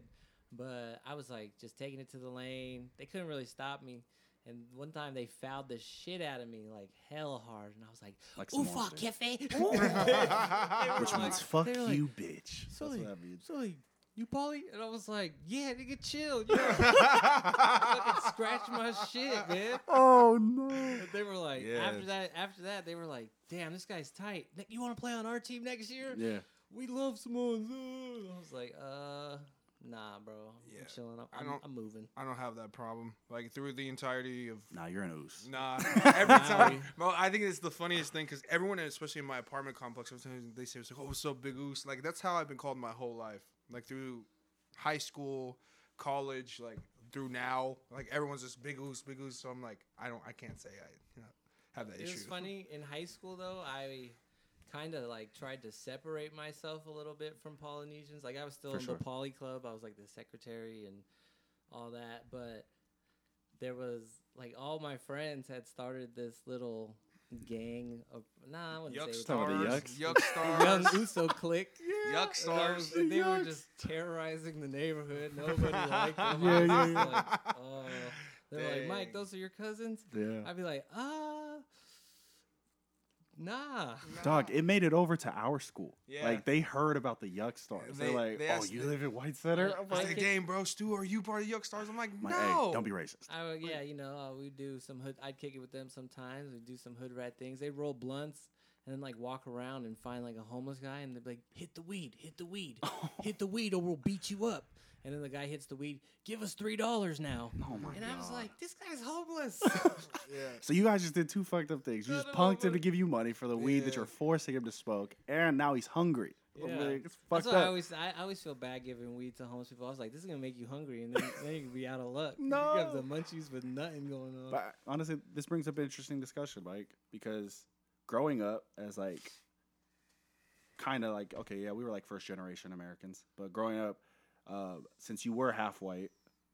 Speaker 3: But I was like just taking it to the lane. They couldn't really stop me. And one time they fouled the shit out of me like hell hard, and I was like,
Speaker 2: Like
Speaker 3: "Ooh
Speaker 2: Samoans
Speaker 3: fuck,
Speaker 2: do.
Speaker 3: jefe!"
Speaker 2: Which
Speaker 3: like-
Speaker 2: means fuck
Speaker 3: they were like,
Speaker 2: you, bitch. That's
Speaker 3: Sully,
Speaker 2: what that means.
Speaker 3: Sully, you Polly? And I was like, "Yeah, nigga, chill." Yeah. fucking scratch my shit, man.
Speaker 2: Oh no.
Speaker 3: But they were like, after
Speaker 1: Yes.
Speaker 3: that, after that, they were like, "Damn, this guy's tight. Nick, You want to play on our team next year?
Speaker 2: Yeah.
Speaker 3: We love Samoans." Uh, I was like, "Uh, nah, bro.
Speaker 1: Yeah.
Speaker 3: I'm chilling. I'm,
Speaker 1: I
Speaker 3: I'm,
Speaker 1: don't-
Speaker 3: I'm moving."
Speaker 1: I don't have that problem. Like through the entirety of
Speaker 2: Nah, you're an ooze.
Speaker 1: Nah, every time.
Speaker 3: Maui.
Speaker 1: Well, I think it's the funniest thing because everyone, especially in my apartment complex, sometimes they say it's like, "Oh, what's up, Big Goose?" Like that's how I've been called my whole life, like through high school, college, like through now. Like everyone's just Big Goose, Big Goose. So I'm like, I don't, I can't say I you know, have that
Speaker 3: It
Speaker 1: issue.
Speaker 3: was funny in high school though. I kind of like tried to separate myself a little bit from Polynesians. Like I was still
Speaker 2: For
Speaker 3: in
Speaker 2: sure.
Speaker 3: the Poly Club. I was like the secretary and all that. But there was like all my friends had started this little gang of nah, I wouldn't
Speaker 1: Yuck
Speaker 3: say
Speaker 2: Some of the
Speaker 1: stars,
Speaker 2: yucks.
Speaker 1: yuck
Speaker 3: it's young
Speaker 1: stars,
Speaker 3: USO clique.
Speaker 1: yuck
Speaker 3: And I was-
Speaker 1: stars.
Speaker 3: and they were
Speaker 2: Yucks.
Speaker 3: just terrorizing the neighborhood. Nobody liked them.
Speaker 2: Yeah,
Speaker 3: I was
Speaker 2: yeah,
Speaker 3: just
Speaker 1: yeah.
Speaker 3: like, oh. They're like, Mike,
Speaker 1: Dang.
Speaker 3: those are your cousins?
Speaker 2: Yeah.
Speaker 3: I'd be like, uh, nah.
Speaker 2: Dog, it made it over to our school.
Speaker 1: Yeah.
Speaker 2: Like they heard about the yuck stars. They,
Speaker 1: They-
Speaker 2: are like,
Speaker 1: they
Speaker 2: oh,
Speaker 1: asked-
Speaker 2: you live in White Center? I'm
Speaker 1: I was
Speaker 2: like,
Speaker 1: like, "Damn, bro, Stu, are you part of Yuck Stars?" I'm like,
Speaker 2: my,
Speaker 1: "No,
Speaker 2: hey, don't be racist.
Speaker 3: I would, yeah, you know, uh, we do some hood. I'd kick it with them sometimes. We do some hood rat things. They roll blunts and then like walk around and find like a homeless guy and they'd be like, hit the weed, hit the weed, hit the weed, or we'll beat you up. And then the guy hits the weed. Give us three dollars now.
Speaker 2: Oh my
Speaker 3: and
Speaker 2: god.
Speaker 3: I was like, this guy's homeless.
Speaker 1: yeah,
Speaker 2: so you guys just did two fucked up things. You
Speaker 3: No,
Speaker 2: just
Speaker 3: no,
Speaker 2: punked him to
Speaker 3: but-
Speaker 2: give you money for the weed that
Speaker 1: Yeah.
Speaker 2: you're forcing him to smoke, and now he's hungry. I'm
Speaker 3: Yeah.
Speaker 2: like, it's
Speaker 3: That's
Speaker 2: fucked
Speaker 3: why I
Speaker 2: up.
Speaker 3: always I, I always feel bad giving weed to homeless people. I was like, this is gonna make you hungry, and then, then you're gonna be out of luck. you have the
Speaker 2: No.
Speaker 3: munchies with nothing going on.
Speaker 2: But honestly, this brings up an interesting discussion, Mike, because growing up as like kind of like okay, yeah, we were like first generation Americans, but growing up, uh, since you were half white,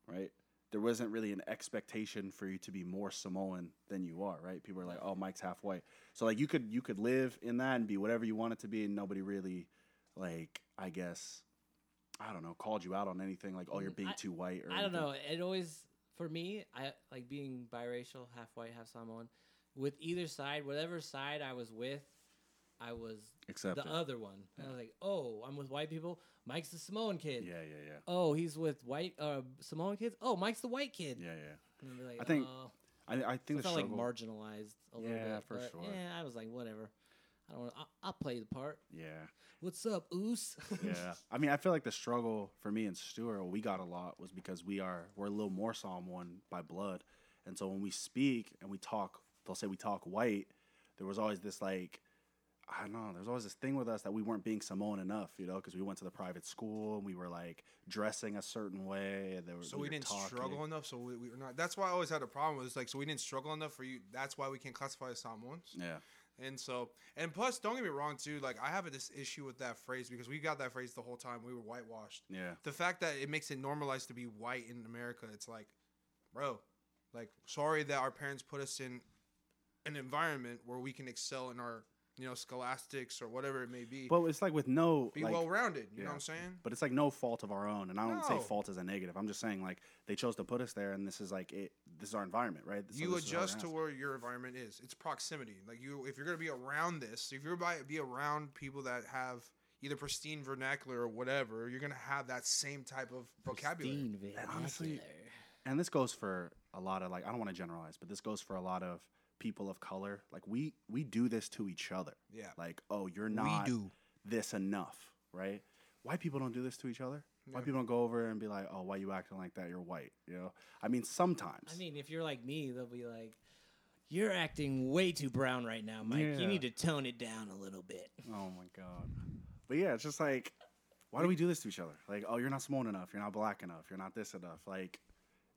Speaker 2: right? there wasn't really an expectation for you to be more Samoan than you are, right? People are like, "Oh, Mike's half white," so like you could you could live in that and be whatever you wanted to be, and nobody really, like, I guess, I don't know, called you out on anything like, "Oh, you're being
Speaker 3: Mm, I-
Speaker 2: too white," or
Speaker 3: I don't
Speaker 2: anything.
Speaker 3: know. It always for me, I like being biracial, half white, half Samoan. With either side, whatever side I was with, I was
Speaker 2: Except
Speaker 3: the other one. And I was like, oh, I'm with white people. Mike's the Samoan
Speaker 2: yeah,
Speaker 3: kid.
Speaker 2: yeah, yeah,
Speaker 3: Oh, he's with white uh, Samoan kids. Oh, Mike's the white kid.
Speaker 2: yeah, yeah.
Speaker 3: And I'd be like,
Speaker 2: I think-
Speaker 3: oh.
Speaker 2: I I
Speaker 3: So
Speaker 2: think the
Speaker 3: it felt like
Speaker 2: struggle.
Speaker 3: marginalized a little
Speaker 2: Yeah,
Speaker 3: bit.
Speaker 2: for
Speaker 3: but,
Speaker 2: sure.
Speaker 3: Yeah, I was like, whatever. I don't. Wanna, I'll, I'll play the part.
Speaker 2: yeah.
Speaker 3: What's up, Oos?
Speaker 2: yeah. I mean, I feel like the struggle for me and Stuart, what we got a lot was because we are we're a little more Samoan by blood, and so when we speak and we talk, they'll say we talk white. There was always this like, I don't know. There was always this thing with us that we weren't being Samoan enough, you know, because we went to the private school and we were like dressing a certain way. And there was,
Speaker 1: So we
Speaker 2: were
Speaker 1: didn't
Speaker 2: talking.
Speaker 1: struggle enough. So we, we were not. That's why I always had a problem with like. So we didn't struggle enough for you. That's why we can't classify as Samoans.
Speaker 2: Yeah,
Speaker 1: And so, and plus, don't get me wrong too. Like I have this issue with that phrase because we got that phrase the whole time. We were whitewashed.
Speaker 2: yeah,
Speaker 1: The fact that it makes it normalized to be white in America, it's like, bro, like sorry that our parents put us in an environment where we can excel in our, you know, scholastics or whatever it may be.
Speaker 2: but it's like with no
Speaker 1: be
Speaker 2: like,
Speaker 1: well rounded. You
Speaker 2: yeah.
Speaker 1: know what I'm saying?
Speaker 2: but it's like no fault of our own and i don't say
Speaker 1: No.
Speaker 2: fault as a negative i'm just saying like they chose to put us there and this is like it this is our environment right So
Speaker 1: you
Speaker 2: this is our
Speaker 1: adjust to
Speaker 2: house.
Speaker 1: where your environment is. It's proximity. Like you, if you're gonna be around this, if you're by be around people that have either pristine vernacular or whatever, you're gonna have that same type of vocabulary.
Speaker 3: Dean Van
Speaker 2: And honestly,
Speaker 3: Ackler.
Speaker 2: and this goes for a lot of like i don't want to generalize but this goes for a lot of people of color like we we do this to each other
Speaker 1: Yeah,
Speaker 2: like oh you're not this enough right white people don't do this to each other
Speaker 1: Yeah.
Speaker 2: white people don't go over and be like oh why you acting like that you're white you know i mean sometimes
Speaker 3: I mean, if you're like me, they'll be like, "You're acting way too brown right now, Mike.
Speaker 2: Yeah.
Speaker 3: You need to tone it down a little bit."
Speaker 2: Oh my god. But yeah, it's just like why do we do this to each other? Like, oh, you're not Samoan enough. You're not black enough. You're not this enough. Like,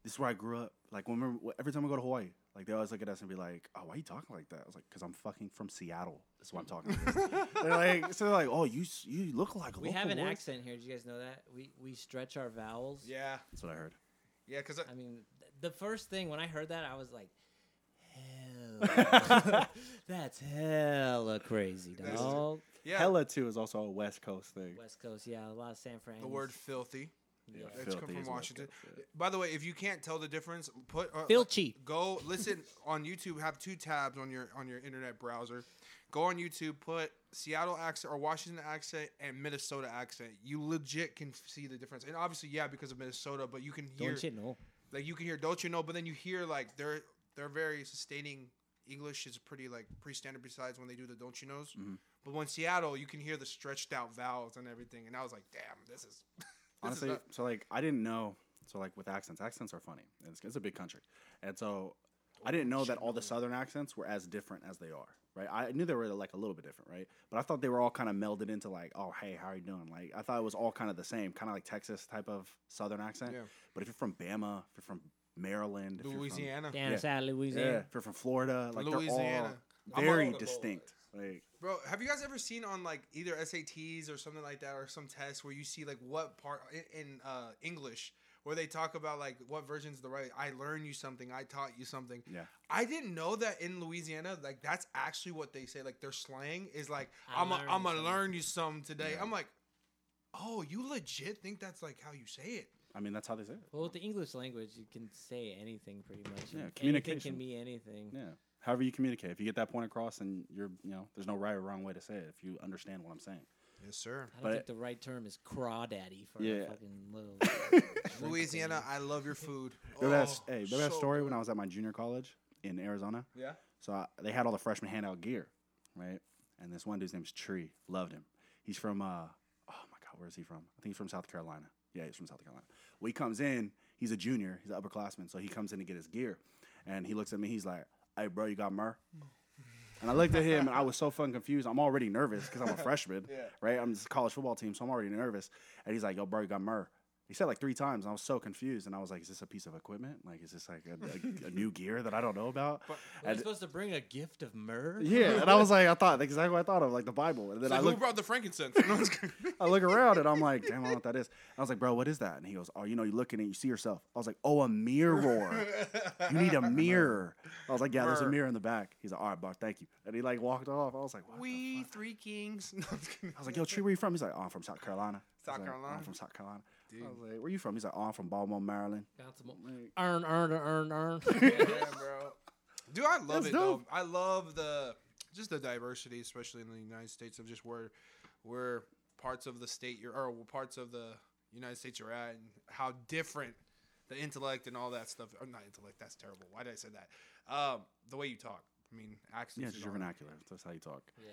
Speaker 2: this is where I grew up. Like, when we're, every time we go to Hawaii, like they always look at us and be like, "Oh, why are you talking like that?" I was like, "Cause I'm fucking from Seattle. That's why I'm talking." Like this. they're like, so they're like, "Oh, you s- you look like a
Speaker 3: We
Speaker 2: local
Speaker 3: have an
Speaker 2: boy."
Speaker 3: accent here. Did you guys know that? We we stretch our vowels.
Speaker 1: Yeah,
Speaker 2: That's what I heard.
Speaker 1: yeah, because
Speaker 3: I mean, th- the first thing when I heard that, I was like, "Hell, that's hella crazy,
Speaker 1: That's-
Speaker 3: dog."
Speaker 1: yeah,
Speaker 2: Hella too is also a West Coast thing.
Speaker 3: West Coast, yeah, a lot of San Fran.
Speaker 1: the word filthy.
Speaker 3: yeah.
Speaker 1: It's
Speaker 2: Filthy
Speaker 1: come
Speaker 2: is
Speaker 1: from
Speaker 2: West
Speaker 1: Washington.
Speaker 2: Coast, yeah.
Speaker 1: By the way, if you can't tell the difference, put uh,
Speaker 3: Filthy.
Speaker 1: Go listen on YouTube. Have two tabs on your on your internet browser. Go on YouTube. Put Seattle accent or Washington accent and Minnesota accent. You legit can f- see the difference. And obviously, yeah, because of Minnesota, but you can hear
Speaker 3: Don't you know?
Speaker 1: like you can hear don't you know, but then you hear like they're they're very sustaining. English is pretty like pretty standard besides when they do the don't you knows.
Speaker 2: Mm-hmm.
Speaker 1: But when Seattle, you can hear the stretched out vowels and everything. And I was like, damn, this is this is
Speaker 2: honestly
Speaker 1: not-
Speaker 2: so like i didn't know so like with accents accents are funny it's, it's a big country and so i didn't know that all the southern accents were as different as they are right i knew they were like a little bit different right but i thought they were all kind of melded into like oh hey how are you doing like i thought it was all kind of the same kind of like texas type of southern accent
Speaker 1: Yeah.
Speaker 2: but if you're from bama if you're from maryland if you're from-
Speaker 1: Louisiana.
Speaker 3: Down
Speaker 2: Yeah.
Speaker 3: south
Speaker 2: yeah
Speaker 3: Louisiana.
Speaker 2: if you're from florida like
Speaker 1: Louisiana.
Speaker 2: they're all very
Speaker 4: I'm all-
Speaker 2: distinct like
Speaker 1: Bro, have you guys ever seen on like either SATs or something like that, or some test where you see like what part in, in uh, English where they talk about like what version's the right? I learned you something. I taught you something.
Speaker 2: Yeah.
Speaker 1: I didn't know that in Louisiana, like that's actually what they say. Like their slang is like,
Speaker 3: I
Speaker 1: I'm i
Speaker 3: learned
Speaker 1: I'm
Speaker 3: you
Speaker 1: gonna
Speaker 3: something.
Speaker 1: learn you something today.
Speaker 2: Yeah.
Speaker 1: I'm like, oh, you legit think that's like how you say it?
Speaker 2: i mean that's how they say it
Speaker 3: Well, with the English language, you can say anything pretty much.
Speaker 2: Yeah,
Speaker 3: Anything
Speaker 2: communication.
Speaker 3: can be anything.
Speaker 2: yeah however you communicate if you get that point across and you're you know there's no right or wrong way to say it if you understand what i'm saying
Speaker 1: Yes, sir.
Speaker 3: I don't
Speaker 2: But-
Speaker 3: think the right term is crawdaddy for
Speaker 2: Yeah.
Speaker 3: a fucking little.
Speaker 1: Louisiana, I love your food.
Speaker 2: Remember that, s-
Speaker 1: Oh,
Speaker 2: hey, remember that
Speaker 1: so
Speaker 2: story
Speaker 1: good.
Speaker 2: when I was at my junior college in Arizona?
Speaker 1: Yeah.
Speaker 2: So I, they had all the freshmen hand out gear, right? And this one dude's name's Tree. Loved him. He's from, uh, oh my God, where is he from? I think he's from South Carolina. Yeah, he's from South Carolina. Well, he comes in, he's a junior, he's an upperclassman. So he comes in to get his gear. And he looks at me, he's like, hey, bro, you got myrrh? And I looked at him and I was so fucking confused. I'm already nervous because I'm a freshman,
Speaker 1: Yeah.
Speaker 2: right? I'm just a college football team, so I'm already nervous. And he's like, yo, bro, you got myrrh. He said like three times, and I was so confused. And I was like, "Is this a piece of equipment? Like, is this like a, a, a new gear that I don't know about?"
Speaker 1: But-
Speaker 3: Am I
Speaker 2: And-
Speaker 3: supposed to bring a gift of myrrh?
Speaker 2: yeah, and I was like, I thought exactly what I thought of, like the Bible. And then
Speaker 1: It's like,
Speaker 2: I
Speaker 1: who
Speaker 2: looked,
Speaker 1: brought the frankincense? No, it's-
Speaker 2: I look around and I'm like, damn, I don't know what that is. I was like, bro, what is that? And he goes, oh, you know, you look in it, you see yourself. I was like, oh, a mirror. You need a mirror. I was like, yeah, there's a
Speaker 1: Mirror.
Speaker 2: mirror in the back. He's like, all right, Buck, thank you. And he like walked off. I was like, what the
Speaker 1: We
Speaker 2: fuck?
Speaker 1: three kings. No, I'm just kidding.
Speaker 2: I was like, yo, Tree, where you from? He's like, oh, I'm from South Carolina. I
Speaker 1: South
Speaker 2: was like, "Oh, I'm
Speaker 1: Carolina?
Speaker 2: from South Carolina.
Speaker 1: Dude.
Speaker 2: I was like, where you from? He's like, oh, I'm from Baltimore, Maryland.
Speaker 3: Bounce 'em up.
Speaker 2: Like,
Speaker 3: Earn, earn, earn, earn.
Speaker 1: yeah, bro. Dude, I love
Speaker 2: That's
Speaker 1: it
Speaker 2: dope.
Speaker 1: though. I love the just the diversity, especially in the United States, of just where where parts of the state you're or parts of the United States you're at, and how different the intellect and all that stuff. Or not intellect. That's terrible. Why did I say that? Um, the way you talk. I mean, accents.
Speaker 2: yeah,
Speaker 1: and
Speaker 2: it's your
Speaker 1: all that.
Speaker 2: vernacular. That's how you talk.
Speaker 3: yeah,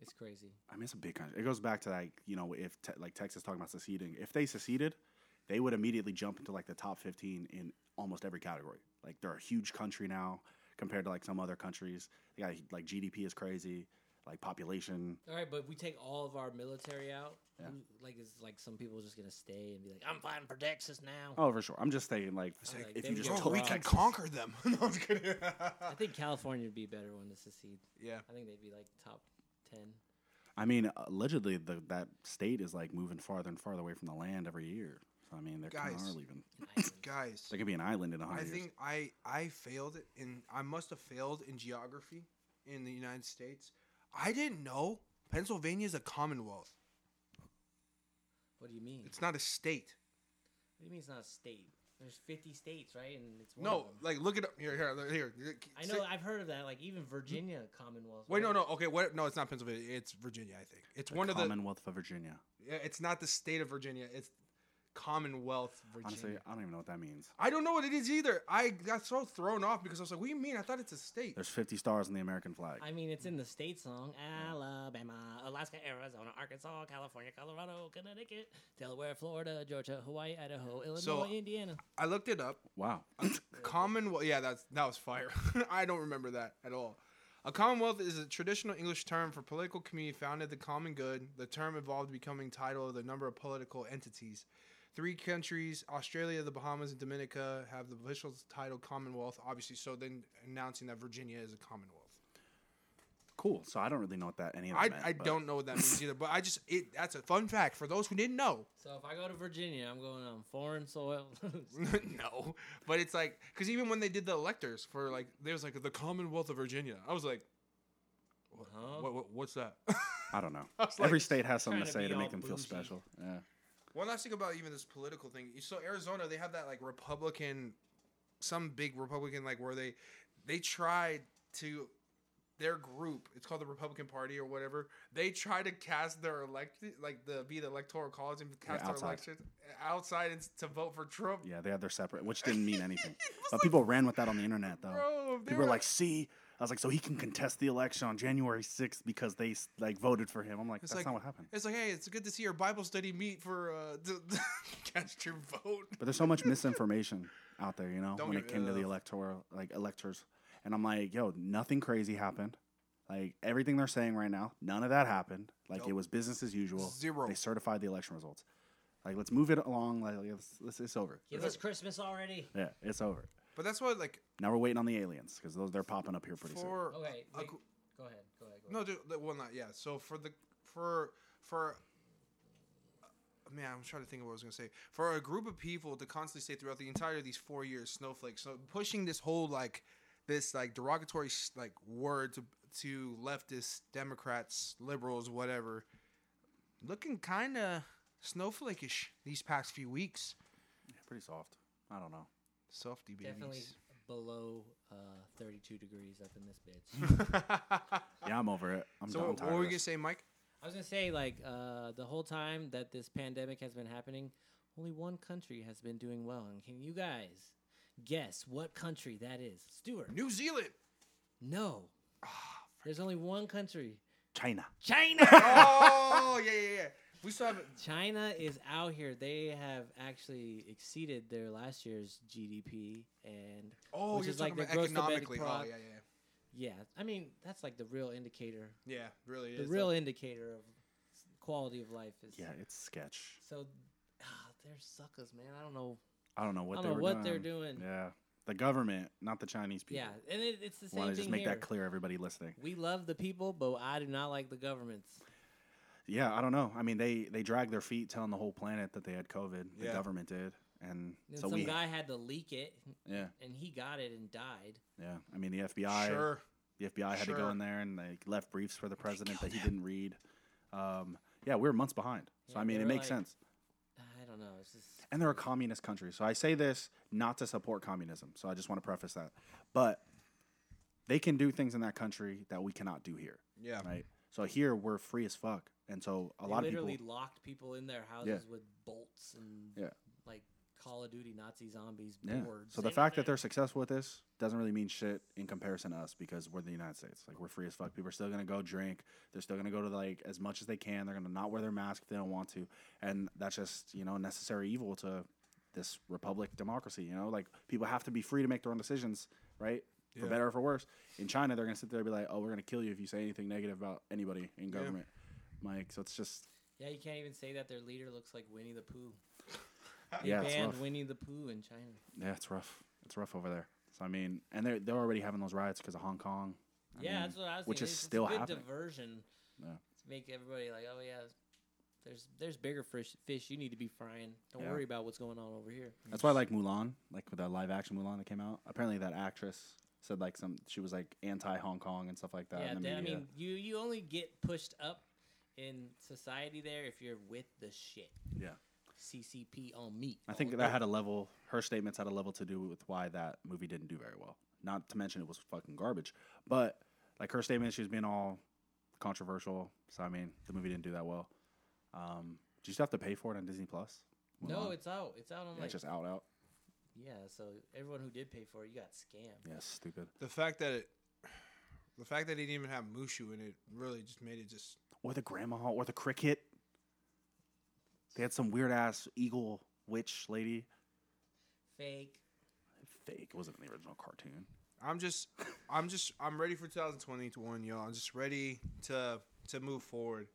Speaker 3: it's crazy.
Speaker 2: I mean, it's a big country. It goes back to like you know, if te- like Texas talking about seceding, if they seceded, they would immediately jump into like the top fifteen in almost every category. Like they're a huge country now compared to like some other countries. They got like GDP is crazy, like population.
Speaker 3: All right, but we take all of our military out.
Speaker 2: Yeah.
Speaker 3: who- Like, it's like some people just gonna stay and be like, "I'm fighting for Texas now."
Speaker 2: Oh, for sure. I'm just saying, like,
Speaker 1: It's
Speaker 3: Oh, like,
Speaker 2: if
Speaker 3: they
Speaker 2: you
Speaker 3: would
Speaker 2: just
Speaker 3: get
Speaker 1: Bro,
Speaker 2: took
Speaker 1: we
Speaker 3: robbed.
Speaker 1: can
Speaker 2: Texas,
Speaker 1: conquer them. no, I'm just kidding.
Speaker 3: I think California would be a better one to secede.
Speaker 1: yeah.
Speaker 3: I think they'd be like top ten.
Speaker 2: I mean, allegedly the, that state is like moving farther and farther away from the land every year. So I mean, they're kind of
Speaker 1: Guys.
Speaker 2: leaving.
Speaker 3: Islands.
Speaker 1: Guys.
Speaker 2: They could be an island in a
Speaker 1: I
Speaker 2: hundred years.
Speaker 1: think I I failed in I must have failed in geography in the United States. I didn't know Pennsylvania is a commonwealth.
Speaker 3: what do you mean?
Speaker 1: It's not a state.
Speaker 3: what do you mean it's not a state? There's 50 states, right? And it's one
Speaker 1: No,
Speaker 3: Of them.
Speaker 1: like look it up here here look- here.
Speaker 3: I know. I've heard of that. Like even Virginia Commonwealth.
Speaker 1: Wait, no,
Speaker 3: right?
Speaker 1: no. Okay, what? No, it's not Pennsylvania. It's Virginia, I think. It's one of the.
Speaker 2: Commonwealth of Virginia.
Speaker 1: yeah, It's not the state of Virginia. It's Commonwealth Virginia.
Speaker 2: Honestly, I don't even know what that means.
Speaker 1: I don't know what it is either. I got so thrown off because I was like, "What do you mean? I thought it's a state."
Speaker 2: There's 50 stars on the American flag.
Speaker 3: I mean, it's in the state song. Alabama, Alaska, Arizona, Arkansas, California, Colorado, Connecticut, Delaware, Florida, Georgia, Hawaii, Idaho, Illinois, Indiana.
Speaker 1: I looked it up.
Speaker 2: Wow.
Speaker 1: Commonwealth. Yeah, that's that was fire. I don't remember that at all. A commonwealth is a traditional English term for political community founded the common good. The term evolved becoming title of the number of political entities. Three countries, Australia, the Bahamas, and Dominica, have the official title Commonwealth. Obviously, so then announcing that Virginia is a Commonwealth.
Speaker 2: Cool. So I don't really know what that any of that
Speaker 1: I,
Speaker 2: meant,
Speaker 1: I
Speaker 2: but-
Speaker 1: don't know what that means either, but I just it that's a fun fact for those who didn't know.
Speaker 3: So if I go to Virginia, I'm going on foreign soil.
Speaker 1: no, but it's like because even when they did the electors for like there's like the Commonwealth of Virginia, I was like,
Speaker 3: Huh?
Speaker 1: What, what, what's that?
Speaker 2: I don't know.
Speaker 1: I was
Speaker 2: Every
Speaker 1: like-
Speaker 2: state has something to
Speaker 3: Trying to
Speaker 2: say
Speaker 3: be
Speaker 2: to make
Speaker 3: all
Speaker 2: them feel
Speaker 3: bougie.
Speaker 2: special. Yeah.
Speaker 1: One last thing about even this political thing. So Arizona, they have that like Republican, some big Republican like where they they tried to their group. It's called the Republican Party or whatever. They try to cast their elect like the be the electoral college and cast their
Speaker 2: outside.
Speaker 1: elections outside and s- to vote for Trump.
Speaker 2: Yeah, they had their separate, which didn't mean anything.
Speaker 1: It was
Speaker 2: but
Speaker 1: like,
Speaker 2: people ran with that on the internet, though.
Speaker 1: bro, they
Speaker 2: people were like, see, I was like, so he can contest the election on January 6th because they like voted for him. I'm like,
Speaker 1: It's
Speaker 2: that's
Speaker 1: like-
Speaker 2: not what happened.
Speaker 1: It's like, hey, it's good to see your Bible study meet for uh, to, cast your vote.
Speaker 2: But there's so much misinformation out there, you know,
Speaker 1: Don't
Speaker 2: when
Speaker 1: get
Speaker 2: it
Speaker 1: me-
Speaker 2: came to the
Speaker 1: ugh.
Speaker 2: electoral, like electors. And I'm like, yo, nothing crazy happened. Like everything they're saying right now, none of that happened. Like it
Speaker 1: Nope.
Speaker 2: was business as usual.
Speaker 1: Zero.
Speaker 2: They certified the election results. Like let's move it along. Like let's, let's it's over.
Speaker 3: Give us Christmas already.
Speaker 2: Yeah, it's over.
Speaker 1: But that's what like
Speaker 2: Now we're waiting on the aliens because those they're popping up here pretty soon.
Speaker 1: for
Speaker 3: Okay,
Speaker 1: a
Speaker 3: wait,
Speaker 1: gr-
Speaker 3: go ahead. Go ahead. Go ahead.
Speaker 1: No, dude, the- well, not yeah. So for the for for uh, man, I'm trying to think of what I was gonna say. For a group of people to constantly say throughout the entire these four years, snowflake. So pushing this whole like this like derogatory s- like word to to leftists, Democrats, liberals, whatever. Looking kind of snowflakish these past few weeks.
Speaker 2: Yeah, pretty soft. I don't know.
Speaker 1: Softy babies.
Speaker 3: Definitely below uh, 32 degrees up in this bitch.
Speaker 2: Yeah, I'm over it. I'm
Speaker 1: so
Speaker 2: done. I'm
Speaker 1: what,
Speaker 2: tired.
Speaker 1: what were
Speaker 2: of
Speaker 1: you gonna
Speaker 2: this.
Speaker 1: say, Mike?
Speaker 3: I was gonna say like uh, the whole time that this pandemic has been happening, only one country has been doing well, and can you guys guess what country that is? Stuart.
Speaker 1: New Zealand.
Speaker 3: No.
Speaker 2: Ah,
Speaker 3: There's only one country.
Speaker 2: China.
Speaker 3: China.
Speaker 1: oh yeah, yeah, yeah. We still haven't.
Speaker 3: China is out here. They have actually exceeded their last year's GDP, and
Speaker 1: Oh,
Speaker 3: Which
Speaker 1: you're
Speaker 3: is like
Speaker 1: talking
Speaker 3: the
Speaker 1: about
Speaker 3: gross domestic
Speaker 1: economically. Oh,
Speaker 3: product.
Speaker 1: yeah, yeah,
Speaker 3: yeah, I mean that's like the real indicator.
Speaker 1: yeah. Yeah, really
Speaker 3: The
Speaker 1: is.
Speaker 3: real indicator of quality of life is
Speaker 2: Yeah, it's sketch.
Speaker 3: So ah, they're suckers, man. I don't know.
Speaker 2: I don't know what
Speaker 3: I
Speaker 2: they
Speaker 3: don't
Speaker 2: were
Speaker 3: know what they're
Speaker 2: doing.
Speaker 3: doing.
Speaker 2: Yeah, the government, not the Chinese people.
Speaker 3: Yeah, and it, it's the same
Speaker 2: Want to
Speaker 3: thing
Speaker 2: just make
Speaker 3: here.
Speaker 2: that clear, everybody listening.
Speaker 3: We love the people, but I do not like the governments.
Speaker 2: Yeah, I don't know. I mean, they they dragged their feet, telling the whole planet that they had COVID. The
Speaker 1: Yeah.
Speaker 2: government did, and,
Speaker 3: And
Speaker 2: so
Speaker 3: some
Speaker 2: we.
Speaker 3: guy had to leak it,
Speaker 2: yeah,
Speaker 3: and he got it and died.
Speaker 2: yeah. I mean, the FBI.
Speaker 1: sure.
Speaker 2: The FBI had to go
Speaker 1: Sure.
Speaker 2: in there and they left briefs for the president that he didn't read. Um, yeah, we were months behind. So
Speaker 3: Yeah,
Speaker 2: I
Speaker 3: they
Speaker 2: mean, it
Speaker 3: were
Speaker 2: makes
Speaker 3: like-
Speaker 2: sense.
Speaker 3: I don't know. It's just
Speaker 2: and they're a communist country. So I say this not to support communism. So I just want to preface that. But they can do things in that country that we cannot do here,
Speaker 1: Yeah.
Speaker 2: right? So here we're free as fuck, and so a
Speaker 3: they
Speaker 2: lot of people.
Speaker 3: literally locked people in their houses with bolts and
Speaker 2: Yeah.
Speaker 3: like Call of Duty Nazi zombies
Speaker 2: Yeah.
Speaker 3: boards.
Speaker 2: So the
Speaker 4: Same
Speaker 2: fact that
Speaker 4: thing.
Speaker 2: they're successful with this doesn't really mean shit in comparison to us because we're the United States. Like we're free as fuck. People are still gonna go drink. They're still gonna go to like as much as they can. They're gonna not wear their mask if they don't want to, and that's just you know necessary evil to this republic democracy. You know, like people have to be free to make their own decisions, right? For
Speaker 1: Yeah.
Speaker 2: better or for worse. In China, they're gonna sit there and be like, "Oh, we're gonna kill you if you say anything negative about anybody in government." Like, so it's just
Speaker 3: yeah, you can't even say that their leader looks like Winnie the Pooh. They
Speaker 2: yeah, it's
Speaker 3: banned
Speaker 2: rough.
Speaker 3: Winnie the Pooh in China.
Speaker 2: Yeah, it's rough. It's rough over there. So I mean, and they're they're already having those riots because of Hong Kong. I
Speaker 3: yeah,
Speaker 2: mean,
Speaker 3: that's what I was
Speaker 2: which
Speaker 3: thinking.
Speaker 2: is
Speaker 3: It's- it's a
Speaker 2: still
Speaker 3: good
Speaker 2: happening.
Speaker 3: diversion.
Speaker 2: Yeah.
Speaker 3: To make everybody like, oh yeah, there's there's bigger fish fish you need to be frying. Don't
Speaker 2: Yeah.
Speaker 3: worry about what's going on over here.
Speaker 2: That's why I like Mulan, like with that live action Mulan that came out. Apparently, that actress said like some she was like anti Hong Kong and stuff like that.
Speaker 3: yeah,
Speaker 2: in the
Speaker 3: that- I
Speaker 2: media.
Speaker 3: mean, you you only get pushed up in society there if you're with the shit.
Speaker 2: Yeah.
Speaker 3: CCP on Oh, me.
Speaker 2: I think
Speaker 3: all
Speaker 2: that
Speaker 3: day.
Speaker 2: had a level. Her statements had a level to do with why that movie didn't do very well. Not to mention it was fucking garbage. But like her statement, she was being all controversial. So I mean, the movie didn't do that well. Um, do you still have to pay for it on Disney Plus?
Speaker 3: No,
Speaker 2: Mulan?
Speaker 3: it's out. It's out on
Speaker 2: Yeah,
Speaker 3: like
Speaker 2: it's just out out.
Speaker 3: yeah. So everyone who did pay for it, you got scammed.
Speaker 2: Yeah, stupid.
Speaker 1: The fact that it, the fact that it didn't even have Mushu in it really just made it just
Speaker 2: or the grandma or the cricket. They had some weird ass eagle witch lady.
Speaker 3: Fake.
Speaker 2: Fake. It wasn't in the original cartoon.
Speaker 1: I'm just, I'm just, I'm ready for 2021, y'all. I'm just ready to to move forward.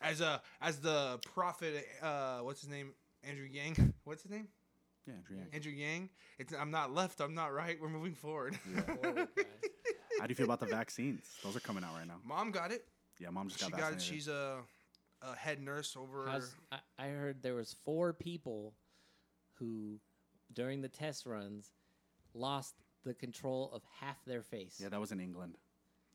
Speaker 1: As a as the prophet, uh, what's his name? Andrew Yang. What's his name?
Speaker 2: Yeah, Andrew Yang.
Speaker 1: Andrew Yang. It's I'm not left. I'm not right. We're moving forward.
Speaker 3: Forward, guys.
Speaker 2: How do you feel about the vaccines? Those are coming out right now.
Speaker 1: Mom got it.
Speaker 2: Yeah, mom just got
Speaker 1: she got
Speaker 2: vaccinated.
Speaker 1: it. She's a, a head nurse over.
Speaker 3: How's- I, I heard there was four people who, during the test runs, lost the control of half their face.
Speaker 2: yeah, that was in England.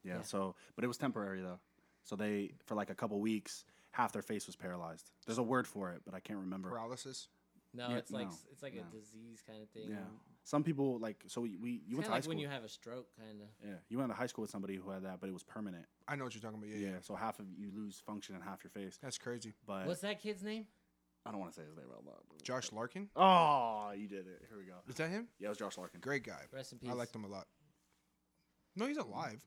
Speaker 2: Yeah,
Speaker 3: Yeah.
Speaker 2: So, but it was temporary though. So they for like a couple weeks, half their face was paralyzed. There's a word for it, but I can't remember.
Speaker 1: paralysis.
Speaker 3: no,
Speaker 2: yeah,
Speaker 3: it's like
Speaker 2: no,
Speaker 3: s- it's like
Speaker 2: no.
Speaker 3: a disease kind of thing.
Speaker 2: Yeah. Some people like so we, we you went
Speaker 3: It's kinda
Speaker 2: to high
Speaker 3: like
Speaker 2: school.
Speaker 3: when you have a stroke, kind of.
Speaker 2: yeah, you went to high school with somebody who had that, but it was permanent.
Speaker 1: I know what you're talking about. Yeah,
Speaker 2: Yeah.
Speaker 1: yeah.
Speaker 2: So half of you lose function and half your face.
Speaker 1: That's crazy.
Speaker 2: But
Speaker 3: What's that kid's name?
Speaker 2: I don't want to say his name out loud. but-
Speaker 1: Josh Larkin.
Speaker 2: Oh, you did it. Here we go.
Speaker 1: Is that him?
Speaker 2: Yeah, it was Josh Larkin.
Speaker 1: Great guy.
Speaker 3: Rest in peace.
Speaker 1: I liked him a lot. No, he's alive.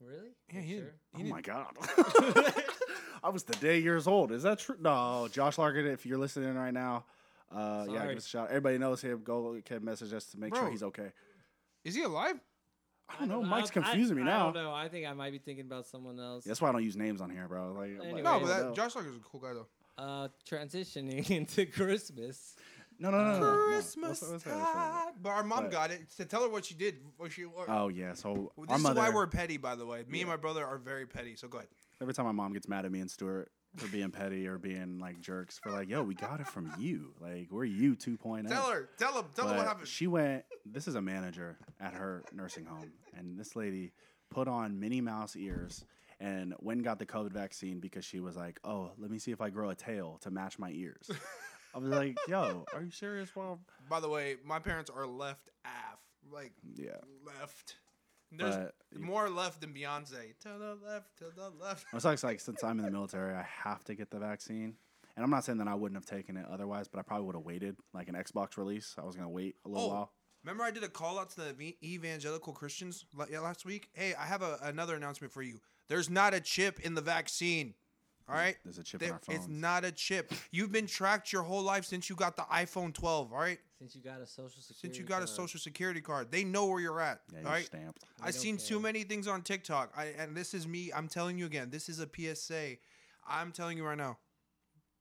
Speaker 3: Really?
Speaker 1: Yeah,
Speaker 3: You
Speaker 1: he,
Speaker 3: sure?
Speaker 2: Oh
Speaker 1: he didn't.
Speaker 2: my god. I was today years old. Is that true? No, Josh Larkin, if you're listening right now, uh, yeah,
Speaker 3: Sorry.
Speaker 2: give us a shout. Everybody knows him. Go can message us to make sure
Speaker 1: Bro.
Speaker 2: he's okay.
Speaker 1: Is he alive?
Speaker 2: I don't know.
Speaker 3: I-
Speaker 2: Mike's
Speaker 3: I-
Speaker 2: confusing me
Speaker 3: I
Speaker 2: now.
Speaker 3: don't know. I think I might be thinking about someone else.
Speaker 2: That's why I don't use names on here, bro. Like, I'm
Speaker 3: Anyway.
Speaker 2: like,
Speaker 1: No,
Speaker 2: I
Speaker 1: but
Speaker 2: don't
Speaker 1: that
Speaker 2: know.
Speaker 1: Josh Larkin's a cool guy though.
Speaker 3: Uh, transitioning into Christmas.
Speaker 2: no, no, no, Oh, no, no, no.
Speaker 1: Christmas
Speaker 2: What's- what's that? What's that?
Speaker 1: time. But our mom
Speaker 2: But-
Speaker 1: got it. So tell her what she did. What she. Or,
Speaker 2: Oh yeah, so
Speaker 1: Well,
Speaker 2: our
Speaker 1: this
Speaker 2: mother.
Speaker 1: is why we're petty, by the way. Me
Speaker 2: Yeah.
Speaker 1: and my brother are very petty. So go ahead.
Speaker 2: Every time my mom gets mad at me and Stuart for being petty or being like jerks, for like, yo, we got it from you. Like, we're you 2.0.
Speaker 1: Tell her. Tell him. Tell him what
Speaker 2: But
Speaker 1: happened.
Speaker 2: She went. This is a manager at her nursing home, and this lady put on Minnie Mouse ears and went and got the COVID vaccine because she was like, "Oh, let me see if I grow a tail to match my ears." I was like, "Yo, are you serious, mom?"
Speaker 1: by the way, my parents are left af. Like
Speaker 2: Yeah,
Speaker 1: left. There's
Speaker 2: But-
Speaker 1: more left than Beyonce. To the left. To the left.
Speaker 2: I was like, like, since I'm in the military, I have to get the vaccine. And I'm not saying that I wouldn't have taken it otherwise, but I probably would have waited, like an Xbox release. I was gonna wait a little
Speaker 1: Oh.
Speaker 2: while.
Speaker 1: Remember, I did a call out to the ev- evangelical Christians la- yeah, last week. Hey, I have a, another announcement for you. There's not a chip in the vaccine. All right,
Speaker 2: There's a chip
Speaker 1: There-
Speaker 2: in our phones.
Speaker 1: it's not a chip. You've been tracked your whole life since you got the iPhone 12. All right,
Speaker 3: Since you got a social security.
Speaker 1: since you got a
Speaker 3: card.
Speaker 1: social security card, they know where you're at.
Speaker 2: yeah,
Speaker 1: All
Speaker 2: you're
Speaker 1: right.
Speaker 2: stamped.
Speaker 1: I've
Speaker 3: don't
Speaker 1: seen too
Speaker 3: care.
Speaker 1: many things on TikTok. I and this is me. I'm telling you again. This is a PSA. I'm telling you right now.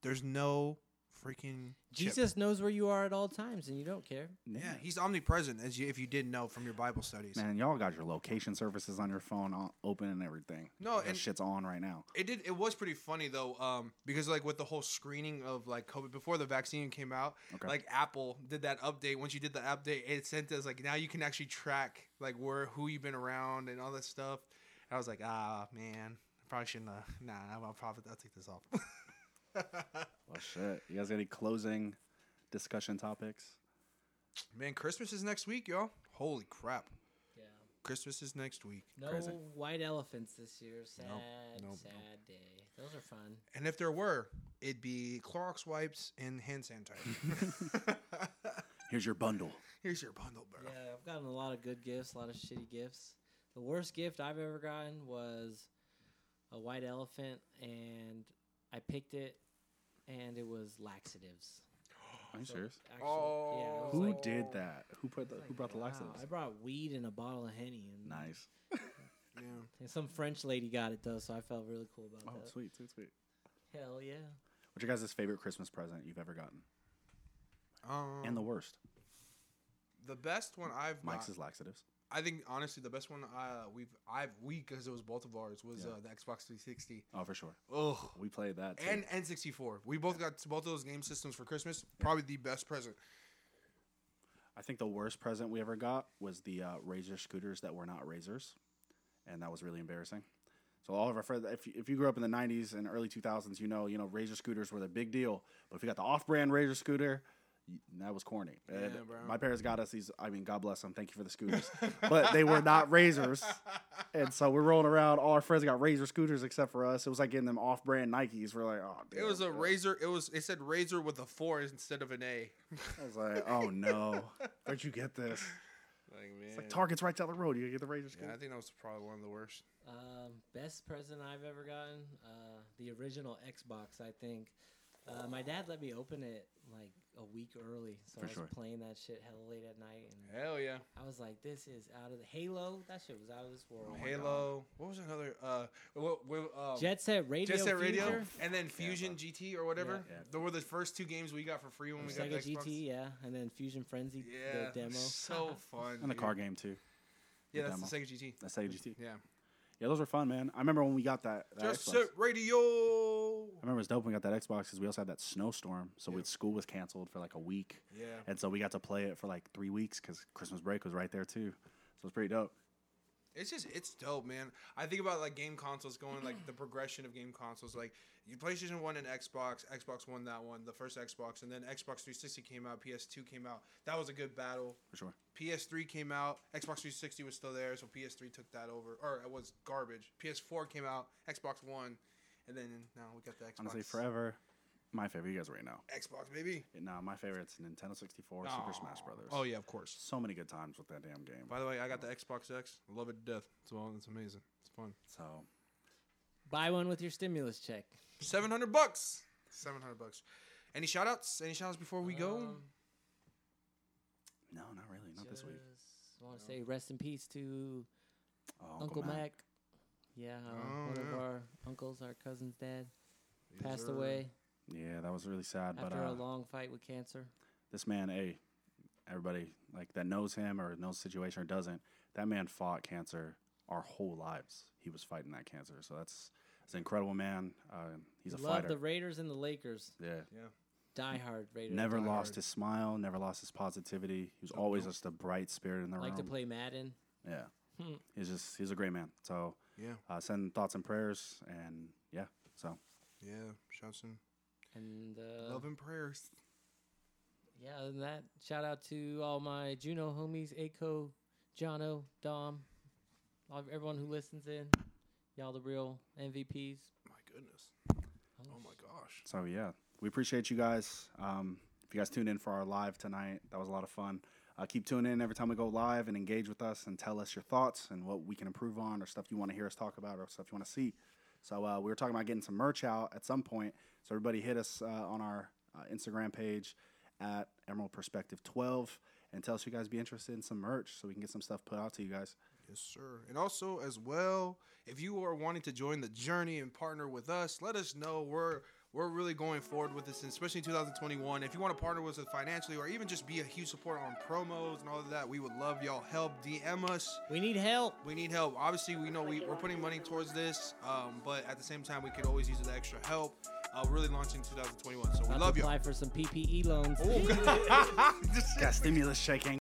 Speaker 1: There's no freaking chip.
Speaker 3: Jesus knows where you are at all times, and you don't care.
Speaker 1: Yeah, he's omnipresent, as you, if you didn't know from your Bible studies.
Speaker 2: Man, y'all got your location services on your phone all open and everything.
Speaker 1: No,
Speaker 2: that
Speaker 1: and-
Speaker 2: shit's on right now.
Speaker 1: It did. It was pretty funny though, um, because like with the whole screening of like COVID before the vaccine came out,
Speaker 2: Okay.
Speaker 1: like Apple did that update. Once you did the update, it sent us like now you can actually track like where who you've been around and all that stuff. And I was like, ah, man, I probably shouldn't. Uh, nah, I'm a profit. I'll take this off.
Speaker 2: Well, Oh, shit. You guys got any closing discussion topics?
Speaker 1: man, Christmas is next week, y'all. Holy crap,
Speaker 4: Yeah.
Speaker 1: Christmas is next week.
Speaker 4: No
Speaker 2: Crazy.
Speaker 4: white elephants this year. Sad,
Speaker 1: nope,
Speaker 4: sad day. Those are fun.
Speaker 1: And if there were, it'd be Clorox wipes and hand sanitizer.
Speaker 2: Here's your bundle.
Speaker 1: Here's your bundle, bro.
Speaker 3: Yeah, I've gotten a lot of good gifts, a lot of shitty gifts. The worst gift I've ever gotten was a white elephant, and I picked it, and it was laxatives.
Speaker 2: Are you serious?
Speaker 3: Actual, yeah, it was
Speaker 1: Oh.
Speaker 2: Who
Speaker 3: like,
Speaker 2: did that? Who put the,
Speaker 3: like,
Speaker 2: Who brought the
Speaker 3: wow,
Speaker 2: laxatives?
Speaker 3: I brought weed and a bottle of henny, and,
Speaker 2: Nice.
Speaker 1: Yeah.
Speaker 3: and some French lady got it though, so I felt really cool
Speaker 2: Oh,
Speaker 3: about that.
Speaker 2: sweet, sweet, sweet.
Speaker 3: Hell yeah!
Speaker 2: What's your guys' favorite Christmas present you've ever gotten?
Speaker 1: Um,
Speaker 2: and the worst.
Speaker 1: the best one I've
Speaker 2: Mike's
Speaker 1: got-
Speaker 2: is laxatives.
Speaker 1: I think honestly the best one uh, we've I've we because it was both of ours was
Speaker 2: Yeah.
Speaker 1: uh, the Xbox 360.
Speaker 2: Oh, for sure.
Speaker 1: Oh,
Speaker 2: We played that. Too.
Speaker 1: and N64. We both got both of those game systems for Christmas. Probably the best present.
Speaker 2: I think the worst present we ever got was the uh, razor scooters that were not razors, and that was really embarrassing. So all of our friends, if you, if you grew up in the '90s and early 2000s, you know, you know, razor scooters were the big deal. But if you got the off-brand razor scooter, y- that was corny. And
Speaker 1: Yeah, bro.
Speaker 2: my parents got us these. I mean, God bless them. Thank you for the scooters, but they were not razors. And so we're rolling around. All our friends got razor scooters except for us. It was like getting them off-brand Nikes. We're like, oh,
Speaker 1: It was a
Speaker 2: damn, bro."
Speaker 1: razor. It was it said razor with a four instead of an A.
Speaker 2: I was like, oh no, where'd you get this?
Speaker 1: Like man,
Speaker 2: It's like Target's right down the road. You gotta get the razor scooter.
Speaker 1: yeah, I think that was probably one of the worst.
Speaker 3: Um, best present I've ever gotten, uh, the original Xbox. I think uh, my dad let me open it like a week early,
Speaker 2: For
Speaker 3: so I was
Speaker 2: sure.
Speaker 3: playing that shit hella late at night, and
Speaker 1: Hell yeah,
Speaker 3: I was like, "This is out of the Halo." That shit was out of this world.
Speaker 1: Oh
Speaker 2: Oh
Speaker 1: Halo. What was another? Uh, what, what, um,
Speaker 3: Jet Set Radio.
Speaker 1: Jet Set Radio,
Speaker 3: Future,
Speaker 1: and then Fusion GT or whatever.
Speaker 2: Yeah.
Speaker 1: They were the first two games we got for free when we got
Speaker 3: Sega
Speaker 1: the Xbox.
Speaker 3: GT, yeah, and then Fusion Frenzy,
Speaker 1: Yeah,
Speaker 3: the demo.
Speaker 1: so fun.
Speaker 2: And the
Speaker 1: dude.
Speaker 2: car game too.
Speaker 1: Yeah,
Speaker 2: the
Speaker 1: that's the Sega GT.
Speaker 2: That's AGT.
Speaker 1: Yeah.
Speaker 2: Yeah, those were fun, man. I remember when we got that. that
Speaker 1: Just
Speaker 2: Xbox.
Speaker 1: set radio.
Speaker 2: I remember it was dope when we got that Xbox because we also had that snowstorm. So we school was canceled for like a week,
Speaker 1: Yeah.
Speaker 2: and so we got to play it for like three weeks because Christmas break was right there too. So it's pretty dope.
Speaker 1: It's just it's dope, man. I think about like game consoles going like the progression of game consoles. Like you PlayStation One and Xbox, Xbox One that one, the first Xbox, and then Xbox 360 came out, PS2 came out. That was a good battle.
Speaker 2: For sure.
Speaker 1: PS3 came out, Xbox 360 was still there, so PS3 took that over, or it was garbage. PS4 came out, Xbox One, and then now we got the Xbox.
Speaker 2: Honestly, forever. My favorite, you guys already know.
Speaker 1: Xbox, baby.
Speaker 2: Nah, my favorite's Nintendo 64, Super Smash Brothers.
Speaker 1: Oh yeah, of course.
Speaker 2: So many good times with that damn game.
Speaker 1: By the way, I got the Xbox X. Love it to death. It's well, it's amazing. It's fun.
Speaker 2: So
Speaker 3: Buy one with your stimulus check.
Speaker 1: Seven hundred bucks. Seven hundred bucks. Any shout outs? Any shout outs before we go?
Speaker 3: Um,
Speaker 2: no, not really, not this week.
Speaker 3: want to say rest in peace to
Speaker 2: Oh,
Speaker 3: Uncle
Speaker 2: Mac.
Speaker 3: Mac. Yeah, uh,
Speaker 1: Oh,
Speaker 3: one
Speaker 1: yeah.
Speaker 3: of our uncles, our cousin's dad,
Speaker 1: Yes,
Speaker 3: passed
Speaker 1: sir.
Speaker 3: away
Speaker 2: Yeah, that was really sad. but
Speaker 3: after
Speaker 2: uh,
Speaker 3: a long fight with cancer.
Speaker 2: this man, hey, everybody like that knows him or knows the situation or doesn't, that man fought cancer our whole lives. He was fighting that cancer. So that's it's an incredible man. Uh, he's a
Speaker 3: Love
Speaker 2: fighter.
Speaker 3: the Raiders and the Lakers.
Speaker 2: yeah.
Speaker 3: Die hard Raiders.
Speaker 2: Never
Speaker 1: Die
Speaker 2: lost
Speaker 1: hard.
Speaker 2: his smile, never lost his positivity. He was always just a bright spirit in the
Speaker 3: like
Speaker 2: room.
Speaker 3: to play Madden.
Speaker 2: Yeah.
Speaker 3: Hmm.
Speaker 2: He's just he's a great man. So
Speaker 1: Yeah,
Speaker 2: uh, send thoughts and prayers and yeah. So
Speaker 1: yeah. Shouts and
Speaker 3: And uh,
Speaker 1: love and prayers.
Speaker 3: yeah, other than that, shout out to all my Juno homies, Aiko, Jono, Dom, all, everyone who listens in. Y'all the real MVPs.
Speaker 1: My goodness. Oh my gosh.
Speaker 2: So yeah, we appreciate you guys. Um, if you guys tuned in for our live tonight, that was a lot of fun. Uh, keep tuning in every time we go live and engage with us and tell us your thoughts and what we can improve on or stuff you want to hear us talk about or stuff you want to see. So uh, we were talking about getting some merch out at some point. So everybody hit us uh, on our uh, Instagram page at Emerald Perspective 12 and tell us you guys be interested in some merch so we can get some stuff put out to you guys.
Speaker 1: Yes, sir. And also as well, if you are wanting to join the journey and partner with us, let us know. We're We're really going forward with this, and especially in 2021. If you want to partner with us financially or even just be a huge supporter on promos and all of that, we would love y'all help. DM us.
Speaker 3: We need help.
Speaker 1: We need help. Obviously, we know we, we're putting money towards this, um, but at the same time, we could always use the extra help. Uh, we're really launching 2021, so we
Speaker 3: About to
Speaker 1: love you.
Speaker 3: apply for some PPE E loans.
Speaker 1: Oh, God. Just-
Speaker 2: Got stimulus shaking.